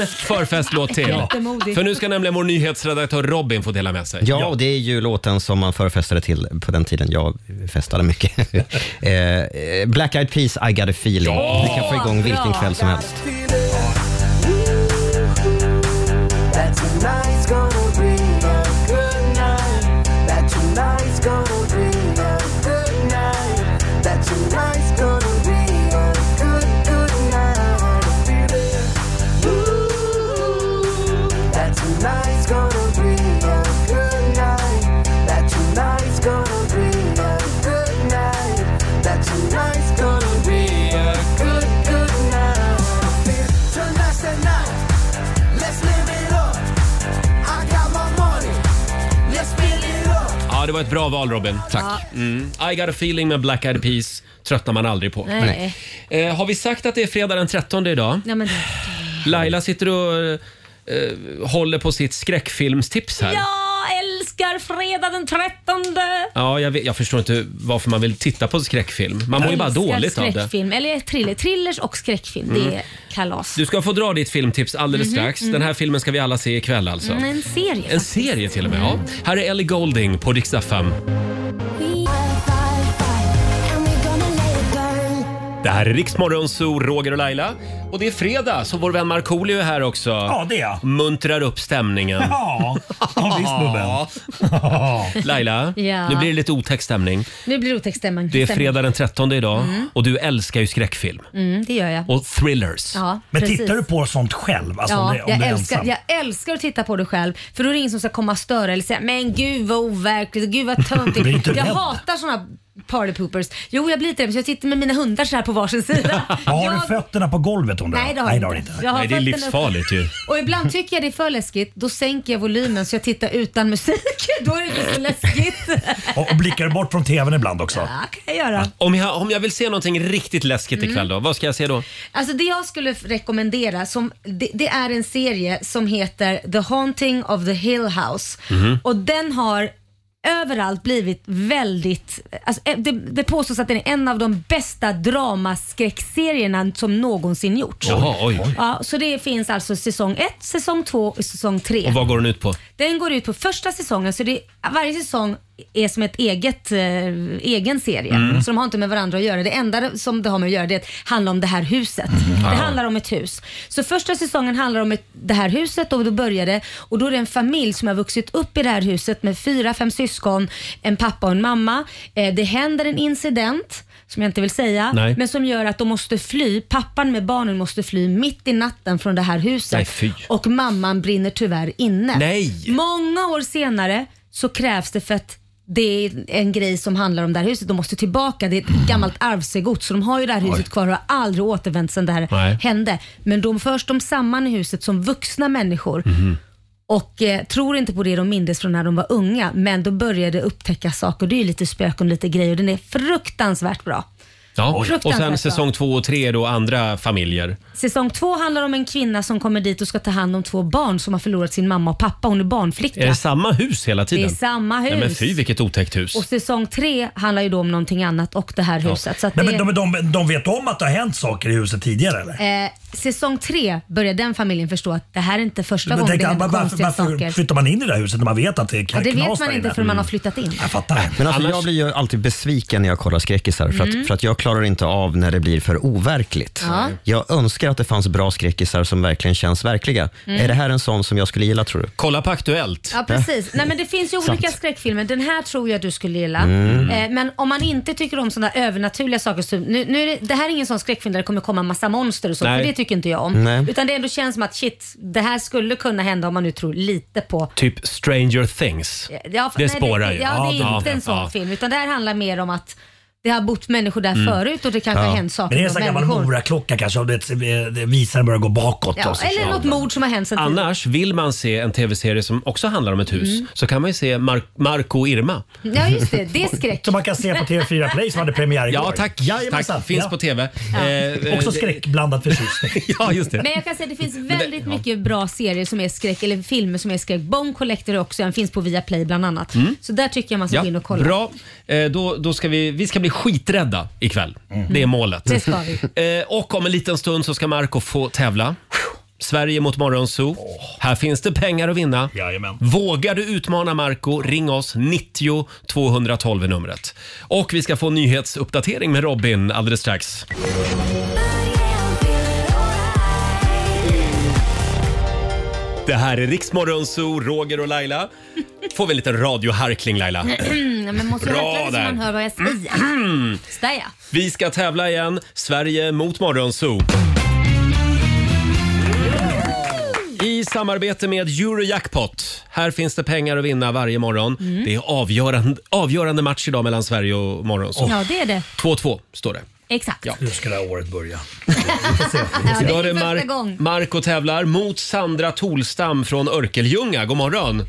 en förfestlåt till? Jättemodigt. För nu ska nämligen vår nyhetsredaktör Robin få dela med sig. Ja, och det är ju låten som man förfestade till på den tiden jag festade *laughs* mycket. Eh, eh, Black Eyed Peas, I got a feeling. Det kan få igång vilken kväll som helst. That tonight's gonna be a good night. That tonight's gonna be a good night. That tonight's gonna be a good, good night. I feel it. Ooh, that tonight's gonna be a good night. That tonight's gonna be a good night. That tonight's gonna be a good, good night. I feel Tonight's the night. Let's live it up. I got my money. Let's fill it up. Ja, det var ett bra val Robin. Tack. Mm. I got a feeling med Black Eyed Peas tröttnar man aldrig på. Nej. Eh, har vi sagt att det är fredag den 13 idag? Nej, men, Laila sitter och eh, håller på sitt skräckfilmstips här. jag älskar fredag den 13. Ja, jag, vet, jag förstår inte varför man vill titta på skräckfilm. Man mår ju bara Älskar dåligt av det. skräckfilm, Eller thriller. thrillers och skräckfilm. Mm. Det är kalas. Du ska få dra ditt filmtips alldeles Mhm, strax. Den här mhm. filmen ska vi alla se ikväll alltså. Mm, en serie. En serie till och med, ja. Här är Ellie Golding på Dix FM. Det här är Riksmorgon Zoo, Roger och Laila. Och det är fredag, så vår vän Markoolio är här också. Ja, det är jag. Muntrar upp stämningen. *laughs* Ja, ja visst Bubben. *laughs* Laila, Ja. nu blir det lite otäck stämning. Nu blir det otäck stämning. Det är fredag den 13 idag Mm. och du älskar ju skräckfilm Mm, det gör jag. och thrillers. Ja, Men precis. tittar du på sånt själv? Alltså, ja, jag, älskar, jag älskar att titta på det själv för då är det ingen som ska komma och störa eller säga “men gud vad overkligt, och gud vad *laughs* Du är töntigt”. inte jag rädd. hatar såna party poopers. Jo, jag blir lite rädd så jag sitter med mina hundar så här på varsin sida. *laughs* Har Jag- du fötterna på golvet undrar Nej, det har jag inte. Jag har Nej, det är fötterna- livsfarligt ju. Och ibland tycker jag det är för läskigt, då sänker jag volymen så jag tittar utan musik. *laughs* Då är det inte så *laughs* läskigt. Och, och blickar bort från tvn ibland också. Ja, kan jag göra. Om jag, om jag vill se någonting riktigt läskigt Mm. ikväll då, vad ska jag se då? Alltså det jag skulle f- rekommendera, som, det, det är en serie som heter The Haunting of the Hill House. Mhm. Och den har överallt blivit väldigt, alltså, eh, det, det påstås att den är en av de bästa dramaskräckserierna som någonsin gjorts. Jaha, oj. Ja, så det finns alltså säsong 1, säsong 2 och säsong 3. Och vad går den ut på? Den går ut på första säsongen, så det, varje säsong är som ett eget, eh, egen serie. Mm. Så de har inte med varandra att göra. Det enda som det har med att göra det är att handla om det här huset. Det Mm, Ja. handlar om ett hus. Så första säsongen handlar om ett, det här huset och då börjar det. Och då är det en familj som har vuxit upp i det här huset med fyra, fem syskon, en pappa och en mamma. Eh, det händer en incident som jag inte vill säga, Nej. men som gör att de måste fly. Pappan med barnen måste fly mitt i natten från det här huset. Nej, fy. Och mamman brinner tyvärr inne. Nej. Många år senare så krävs det för att det är en grej som handlar om det här huset. De måste tillbaka. Det är ett gammalt arvsegods. Så de har ju det här huset Oj. kvar och har aldrig återvänt sedan det här Nej. hände. Men de förs de samman i huset som vuxna människor Mm. och eh, tror inte på det de mindes från när de var unga. Men då börjar det upptäcka saker. Det är ju lite spöken och lite grejer. Den är fruktansvärt bra. Ja. Oj. Och Fruktansvärt bra. sen säsong två och tre är då andra familjer. Säsong två handlar om en kvinna som kommer dit och ska ta hand om två barn som har förlorat sin mamma och pappa. Hon är barnflicka. Är det samma hus hela tiden? Det är samma hus. Nej, men fy vilket otäckt hus. Och säsong tre handlar ju då om någonting annat och det här huset. Så att Nej, det, men de, de, de vet om att det har hänt saker i huset tidigare eller? eh, säsong tre börjar den familjen förstå att det här är inte första Men gången tänk, det händer varför, konstiga varför saker. flyttar man in i det här huset när man vet att det Ja, kan det vet man knas där inte inne? Mm. förrän man har flyttat in. Jag fattar. Men alltså, Jag blir ju alltid besviken när jag kollar skräckisar för, Mm. att, för att jag klarar inte av när det blir för overkligt. Ja. Jag önskar att det fanns bra skräckisar som verkligen känns verkliga. Mm. Är det här en sån som jag skulle gilla tror du? Kolla på Aktuellt. Ja precis. Nej, men det finns ju olika Sant. skräckfilmer. Den här tror jag att du skulle gilla. Mm. Eh, men om man inte tycker om sådana övernaturliga saker. Så nu, nu är det, det här är ingen sån skräckfilm där det kommer komma massa monster och så. Nej. För det tycker inte jag om. Nej. Utan det ändå känns som att shit, det här skulle kunna hända om man nu tror lite på Eh, Typ Stranger Things. Ja, det nej, spårar ju. Ja, det är inte en sån ja. film. Utan det här handlar mer om att det har bott människor där Mm. förut och det kanske har hänt saker Men det är en med sån här gammal människor. moraklocka kanske, och det, det visar börjar gå bakåt. Ja, och så. eller något mord som har hänt sen tidigare. Annars, vill man se en tv-serie som också handlar om ett hus Mm. så kan man ju se Mar- Marco och Irma. Ja just det, det är skräck. Som man *laughs* kan se på TV4 Play som hade premiär igår. Ja tack, Jajamensan. tack. finns Ja. på tv. Eh, Ja. Också skräckblandad förtjusning. *laughs* ja, just det. Men jag kan säga att det finns det- väldigt ja. mycket bra serier som är skräck eller filmer som är skräck. Bone Collector är också, den finns på Viaplay bland annat. Mm. Så där tycker jag man ska Ja, gå in och kolla. bra, eh, då, då ska vi, vi ska bli skiträdda ikväll. Mm. Det är målet. Det ska *laughs* Eh, och om en liten stund så ska Marco få tävla. Sverige mot Morgonzoo. Här finns det pengar att vinna. Vågar du utmana Marco? Ring oss. 90 212 är numret. Och vi ska få en nyhetsuppdatering med Robin alldeles strax. Det här är Riksmorgonzoo, Roger och Laila. Får vi en liten radioharkling Laila? Ja, *clears throat* Men måste jag Bra verkligen så där. Mm. man hör vad jag säger? Där ja. Vi ska tävla igen. Sverige mot Morgonzoo. I samarbete med Eurojackpot. Här finns det pengar att vinna varje morgon. Mm. Det är avgörande, avgörande match idag mellan Sverige och Morgonzoo. Ja, det är det. 2-2 står det. Exakt. Ja. Nu ska det här året börja. Ja, det Idag är är det min första Mar- gång. Marco tävlar mot Sandra Tolstam från Örkelljunga. God morgon!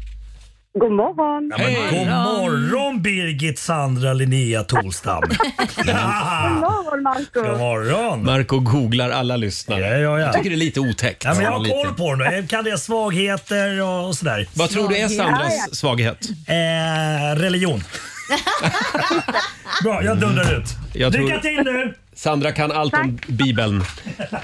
God morgon. Ja, Hej. men, god morgon Birgit, Sandra, Linnea Tolstam. Ah. God morgon Marco. God morgon. Marco googlar alla lyssnare. ja. Jag tycker det är lite otäckt. Ja, men jag Ja, har lite. koll på den. Jag kan deras svagheter och och sådär. Vad tror du är Sandras svaghet? Eh, religion. Bra, jag dundrar ut. Jag tror- Lycka till nu! Sandra kan allt om Bibeln.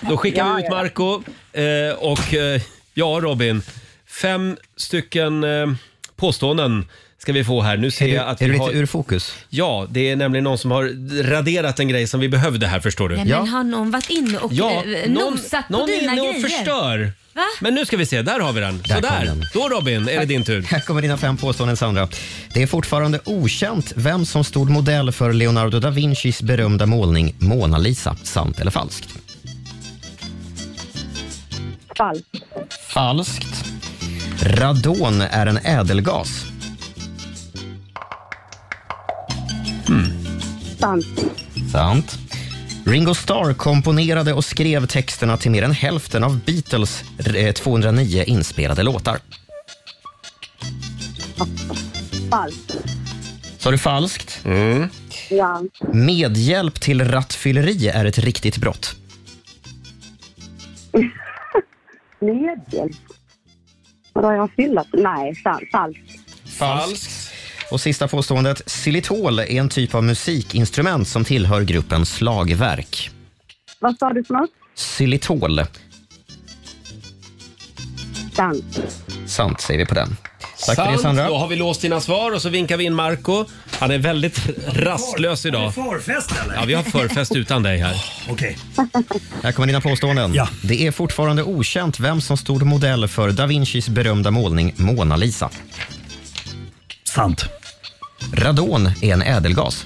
Då skickar Ja, vi ut ja. Marco eh, och eh, ja, Robin. Fem stycken eh, påståenden ska vi få här. Nu ser jag att är vi du lite har... ur fokus? Ja, det är nämligen någon som har raderat en grej som vi behövde här förstår du. Nej, men har någon varit inne och Ja, eh, någon- nosat på någon är dina inne och grejer? förstör. Va? Men nu ska vi se, där har vi den. Där kom Sådär, den. då Robin är det din tur. Här kommer dina fem påståenden, Sandra. Det är fortfarande okänt vem som stod modell för Leonardo da Vincis berömda målning Mona Lisa. Sant eller falskt? Falskt. Falskt. Radon är en ädelgas. Sant. Sant. Ringo Starr komponerade och skrev texterna till mer än hälften av Beatles eh, 209 inspelade låtar. Falskt. Sa du falskt? Mm. Ja. *laughs* Medhjälp till rattfylleri är ett riktigt brott. Medhjälp. Vadå, har jag fyllat? Nej, sant. Falskt. Falskt. Och sista påståendet. Xylitol är en typ av musikinstrument som tillhör gruppen slagverk. Vad sa du för något? Xylitol. Sant. Sant säger vi på den. Tack för det Sant. Sandra. Då har vi låst dina svar och så vinkar vi in Marco. Han är väldigt rastlös idag. Förfest eller? Ja, vi har förfest utan dig här. *laughs* Okej. Här kommer dina påståenden. Det är fortfarande okänt vem som stod modell för da Vincis berömda målning Mona Lisa. Sant. Radon är en ädelgas.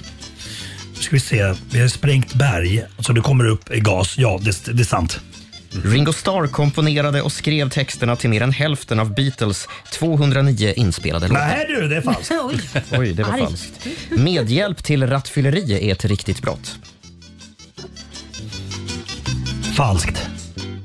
Nu ska vi se. Vi har sprängt berg, så det kommer upp i gas. Ja, det, det är sant. Ringo Starr komponerade och skrev texterna till mer än hälften av Beatles 209 inspelade låtar. Nej du, det är falskt. Oj, det var Arg. falskt. Medhjälp till rattfylleri är ett riktigt brott. Falskt.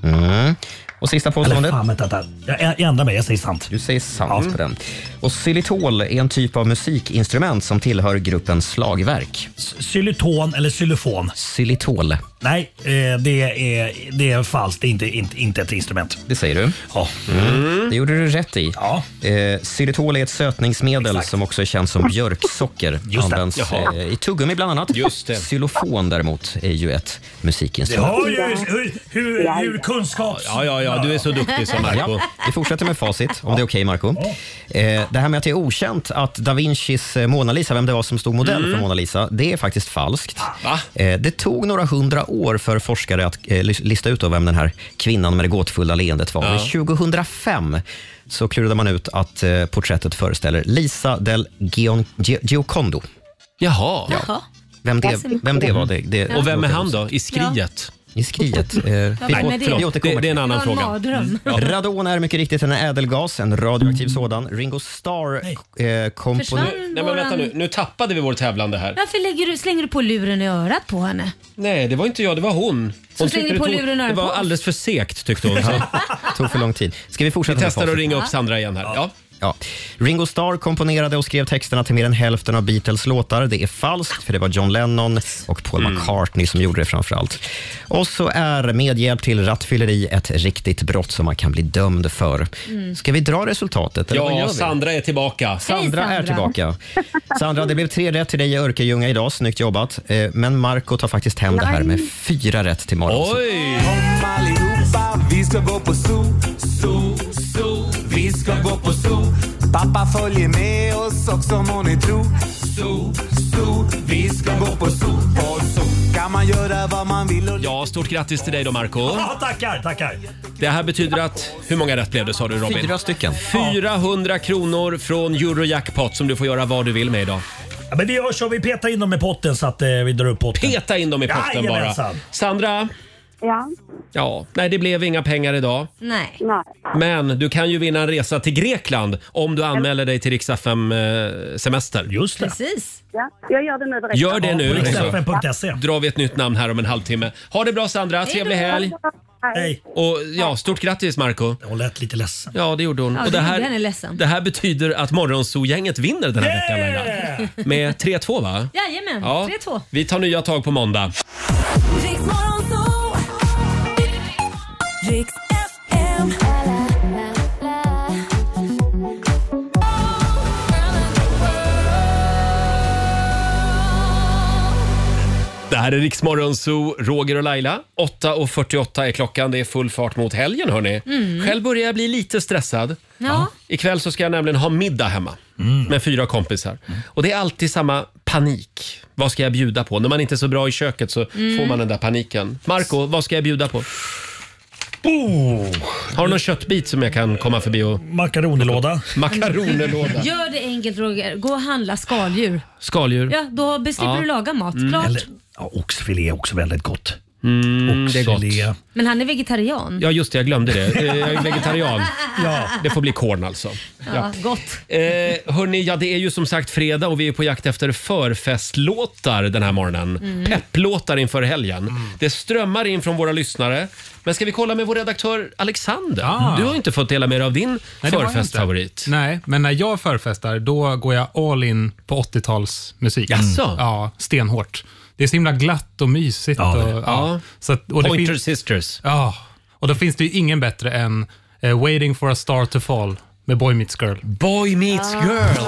Mm. Och sista Eller påståendet. fan, vänta, vänta. Jag, jag ändrar mig. Jag säger sant. Du säger sant på den. Och xylitol är en typ av musikinstrument som tillhör gruppen slagverk. Xyliton eller xylofon? Xylitol. Nej, eh, det är, det är falskt. Det är inte, inte, inte ett instrument. Det säger du? Ja. Mm. Det gjorde du rätt i. Ja. Eh, xylitol är ett sötningsmedel som också är känt som björksocker. *laughs* Just det. Används Jaha. eh, i tuggummi bland annat. Just det. Xylofon däremot är ju ett Det musikinstrument. har ju hur, hur, hur kunskaps... Ja, vi fortsätter med facit, om det är okej Marco. Eh, det här med att det är okänt att da Vincis eh, Mona Lisa, vem det var som stod modell Mm. för Mona Lisa, det är faktiskt falskt. Eh, det tog några hundra år för forskare att eh, lis- lista ut då vem den här kvinnan med det gåtfulla leendet var. Ja. 2005 så klurade man ut att eh, porträttet föreställer Lisa del Gion- Gi- Giocondo. Jaha. Vem det, vem det var, det, det Och vem är han då i skriet? I skriet. Eh, vi, men å- det- förlåt, vi återkommer det- det är en till annan Det var en fråga. mardröm. Ja. Mm. Radon är mycket riktigt en ädelgas, en radioaktiv sådan. Ringo Starr eh, kom på... Försvann Nu, Nej, men vänta våran- nu. tappade vi vår tävlande här. Varför lägger du, slänger du på luren i örat på henne? Nej, det var inte jag, det var hon. Så slänger tyckte du på det tog- luren och Det öron var på. alldeles för segt tyckte hon. tog för lång tid. Ska vi fortsätta Vi testar med facit? att ringa upp Sandra igen här. Ja. Ja. Ringo Starr komponerade och skrev texterna till mer än hälften av Beatles låtar. Det är falskt, för det var John Lennon och Paul Mm. McCartney som gjorde det framför allt. Och så är medhjälp till rattfylleri ett riktigt brott som man kan bli dömd för. Mm. Ska vi dra resultatet? Eller vad gör Ja, vi? Sandra är tillbaka. Sandra, är tillbaka. Sandra, det blev tre rätt till dig i Örkelljunga idag. Snyggt jobbat. Eh, Men Marco tar faktiskt hem det här med fyra rätt till morgon. Oj! Kom allihopa, vi ska gå på zoo, zoo, zoo. Vi ska gå på zoo. Pappa följer med oss också må ni tro. Zoo, zoo. Vi ska gå på zoo, på zoo. Kan man göra vad man vill och... Ja, stort grattis till dig då Marco. Ja, tackar, tackar. Det här betyder att, hur många rätt blev det sa du Robin? Fyra stycken. 400 kronor från Eurojackpot som du får göra vad du vill med idag. Ja, men vi gör så, vi petar in dem i potten så att eh, vi drar upp potten. Peta in dem i potten bara. Jajamensan. Sandra, Ja. ja, nej det blev inga pengar idag. Nej. Nej. Men du kan ju vinna en resa till Grekland om du anmäler dig till Rix FM eh, semester. Just Precis. Ja, jag gör det nu direkt. Gör det nu. så drar vi ett nytt namn här om en halvtimme. Ha det bra Sandra, trevlig helg. Hej. Och ja, stort grattis Marco Hon lät lite ledsen. Ja, det gjorde hon. Ja, och det det, gjorde henne här, ledsen. det här betyder att Morgonzoo-gänget vinner den här veckan Laila. Med 3-2 va? Jajamän, 3-2. Vi tar nya tag på måndag. Det här är Riksmorgonzoo, Roger och Laila. 8.48 är klockan. Det är full fart mot helgen hörni. Mm. Själv börjar jag bli lite stressad. Ja. Ikväll så ska jag nämligen ha middag hemma med fyra kompisar. Och det är alltid samma panik. Vad ska jag bjuda på? När man inte är så bra i köket så Mm. får man den där paniken. Marco, vad ska jag bjuda på? Oh. Har du någon köttbit som jag kan komma förbi och... Makaronerlåda. *laughs* Makaronerlåda. Gör det enkelt Roger. Gå och handla skaldjur. Skaldjur. Ja, då beslipper Ja. du laga mat. Mm. Klart. Eller- Ja, oxfilé är också väldigt gott. Mm, det är gott. Men han är vegetarian. Mm. Ja, just det. Jag glömde det. Eh, Jag är *laughs* vegetarian. Ja. Det får bli korn alltså. Ja, gott. Eh, hörni, ja, det är ju som sagt fredag och vi är på jakt efter förfestlåtar den här morgonen. Mm. Pepplåtar inför helgen. Mm. Det strömmar in från våra lyssnare. Men ska vi kolla med vår redaktör Alexander? Ah. Du har inte fått dela med dig av din Nej, det har jag förfestfavorit. inte. Nej, men när jag förfestar då går jag all in på 80-talsmusik. Jaså? Ja, stenhårt. Det är så himla glatt och mysigt. Ja, det är och, det. Ja. Så att, Pointer Sisters. Ja, och då finns det ju ingen bättre än eh, Waiting for a star to fall med Boy Meets Girl. Boy Meets Girl!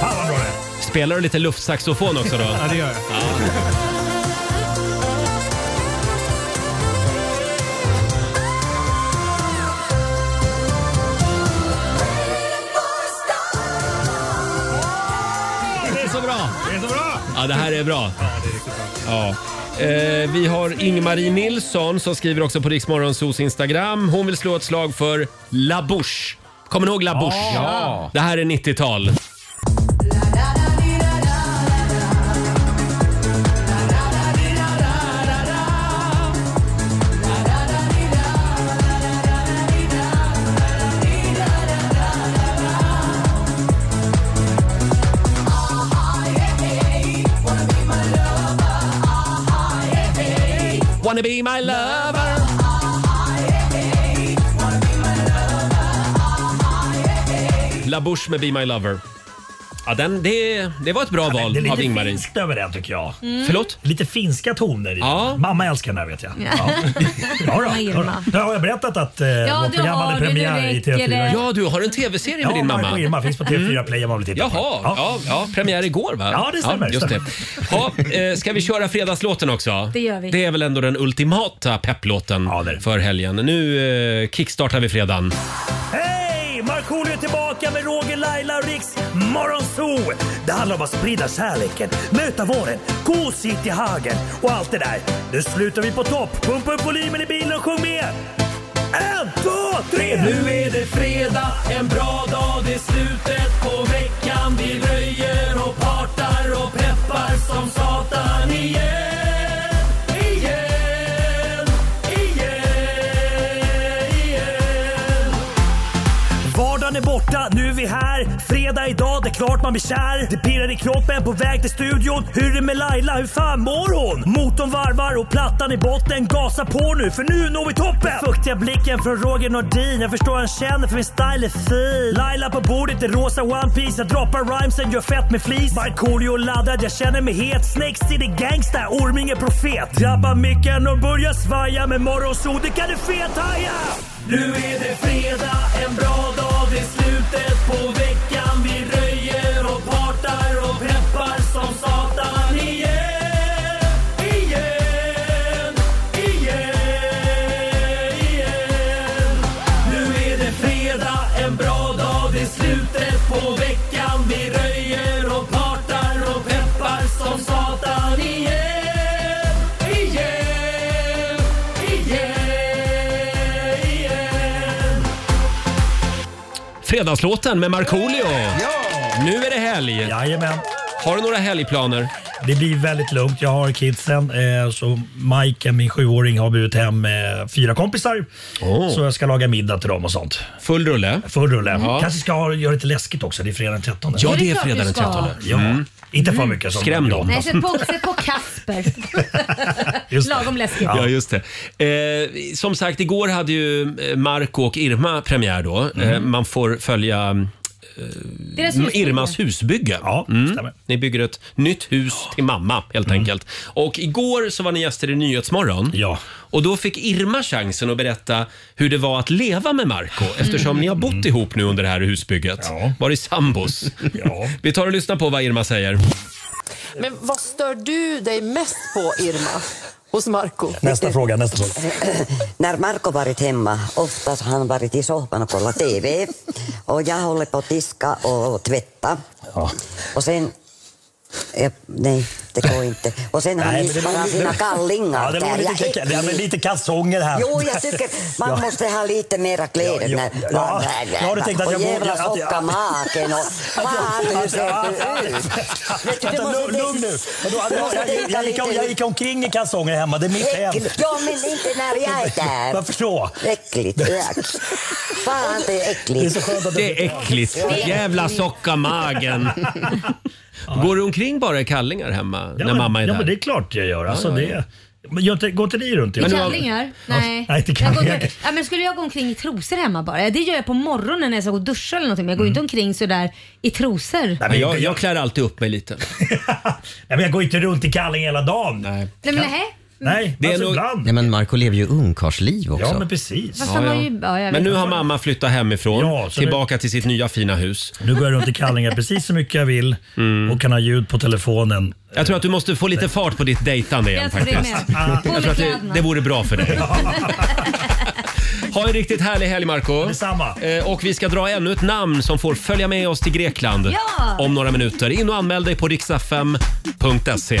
Fan vad bra det är. Spelar du lite luftsaxofon också då? Ja, det gör jag. Det är så bra! Det är så bra! Ja, det här är bra. Ja, Eh, vi har Ingmarie Nilsson som skriver också på Riksmorgonsos Instagram. Hon vill slå ett slag för La Bouche. Kommer ni ihåg La Bouche? Ja. Det här är 90-tal. Wanna be my lover La Bouche med Be My Lover. Ja, den, det, det var ett bra Det är val av lite Ingmarie. finskt över den tycker jag. Mm. Förlåt? Lite finska toner i den. Mamma älskar den här vet jag. Ja. Ja. *laughs* då. Irma. Nu har jag berättat att eh, Ja, vårt det program har hade du, nu premiär i räcker TV4. det. Ja, du har en tv-serie med Ja, din mamma. Marco och Irma finns på TV4 Play om man vill titta Jaha, på den. ja. Ja, premiär igår va? Ja, det stämmer, just stämmer. det. Ja, eh, ska vi köra fredagslåten också? Det gör vi. Det är väl ändå den ultimata pepplåten för helgen. Nu eh, kickstartar vi fredagen. Hej! Markoolio är tillbaka med Roger, Laila och Riks Morgonzoo! Det handlar om att sprida kärleken, möta våren, gosigt i hagen och allt det där. Nu slutar vi på topp! Pumpa upp volymen i bilen och sjung med! En, två, tre! Nu är det fredag! borta, nu är vi här. Fredag idag, det är klart man blir kär. Det pirrar i kroppen på väg till studion. Hur är det med Laila, hur fan mår hon? Motorn varvar och plattan i botten. Gasa på nu, för nu når vi toppen! Den fuktiga blicken från Roger Nordin. Jag förstår han känner för min style är fin. Laila på bordet i rosa One Piece Jag droppar rhymesen, gör fett med flis. Markoolio laddad, jag känner mig het. Snake City gangsta, Orminge profet. Drabbar micken och börjar svaja. Med morgonsol, det kan du fethaja! Nu är det fredag, en bra dag. Det är slutet på veckan. Vi röjer och partar och peppar som satan igen. Igen, igen, igen. Nu är det fredag, en bra dag. Det är slutet på veckan. Vi röjer och partar och peppar som satan igen. Igen, igen, igen. Fredagslåten med Markoolio. Nu är det helg. Jajamän. Har du några helgplaner? Det blir väldigt lugnt. Jag har kidsen. Eh, så Mike, min sjuåring, har bjudit hem eh, fyra kompisar. Så jag ska laga middag till dem och sånt. Full rulle? Full rulle. Ja. Kanske ska ha- göra lite läskigt också. Det är fredag den 13. Ja, det är fredag den Mm. 13. Ja. Inte för mycket. sånt. Skräm dem. Nej, sätt på, sätt på Kasper. Just det. Lagom läskigt. Ja, just det. Eh, som sagt, igår hade ju eh, Marco och Irma premiär då. Eh, man får följa eh, Deras m- husbygge. Irmas husbygge. Ja, Ni bygger ett nytt hus till mamma helt enkelt. Och igår så var ni gäster i Nyhetsmorgon. Ja. Och då fick Irma chansen att berätta hur det var att leva med Marco eftersom ni har bott ihop nu under det här husbygget. Varit sambos. Vi tar och lyssnar på vad Irma säger. Men vad stör du dig mest på, Irma? Hos Marco? Nästa fråga, nästa fråga. När Marko varit hemma, oftast har han varit i soffan och kollat TV. Och jag håller på att diska och tvätta. Och sen... Eh, nej, det går inte. Och sen har Nej, han men det- missat sina kallingar Ja, det var där. lite, Jag är det var lite kalsonger här. Jo, jag tycker man Ja. måste ha lite mera kläder. Ja, när ja, man ja. Jag hade tänkt att och jag borde- jävla att jag- tjocka magen och fan hur ser du ut? Vet du, du Vänta, måste lugn, lugn nu. Vadå, Du jag, måste jag, jag, tänka gick, om- lite jag gick omkring i kalsonger hemma. Det är mitt hem. Äckligt. Ja, men inte när jag *laughs* är där. Varför så? Äckligt. Jack. Fan, det är Det är äckligt. så skönt att det är äckligt. Ja. Jävla sockamagen. Går du omkring bara i kallingar hemma när mamma är där? Ja, men det är klart jag gör. Alltså, Ja, ja, det, men gör inte, går inte ni runt? i- I kallingar? Nej. Nej, inte jag går, kallingar. ja, men skulle jag gå omkring i trosor hemma bara? Det gör jag på morgonen när jag ska gå och duscha eller någonting. Men jag går ju inte omkring sådär i trosor. Nej, men jag, jag klär alltid upp mig *laughs* lite. Nej, men jag går inte runt i kallingar hela dagen. Nej. men nej. Nej, Det är alltså nog- ibland. Nej, men Marco lever ju ungkarlsliv också. Ja, men precis. Fast han var ju- ja, jag vet. Men nu har mamma flyttat hemifrån, så nu- tillbaka till sitt nya fina hus. Mm. Nu går jag runt i kallingar precis så mycket jag vill och kan ha ljud på telefonen. Jag tror att du måste få lite fart på ditt dejtande igen Jag tror det faktiskt. med. På Jag med tror att det, kläderna. det vore bra för dig. Ha en riktigt härlig helg Marco Detsamma. Eh, Och vi ska dra ännu ett namn som får följa med oss till Grekland Ja! om några minuter. In och anmäl dig på riksfm.se.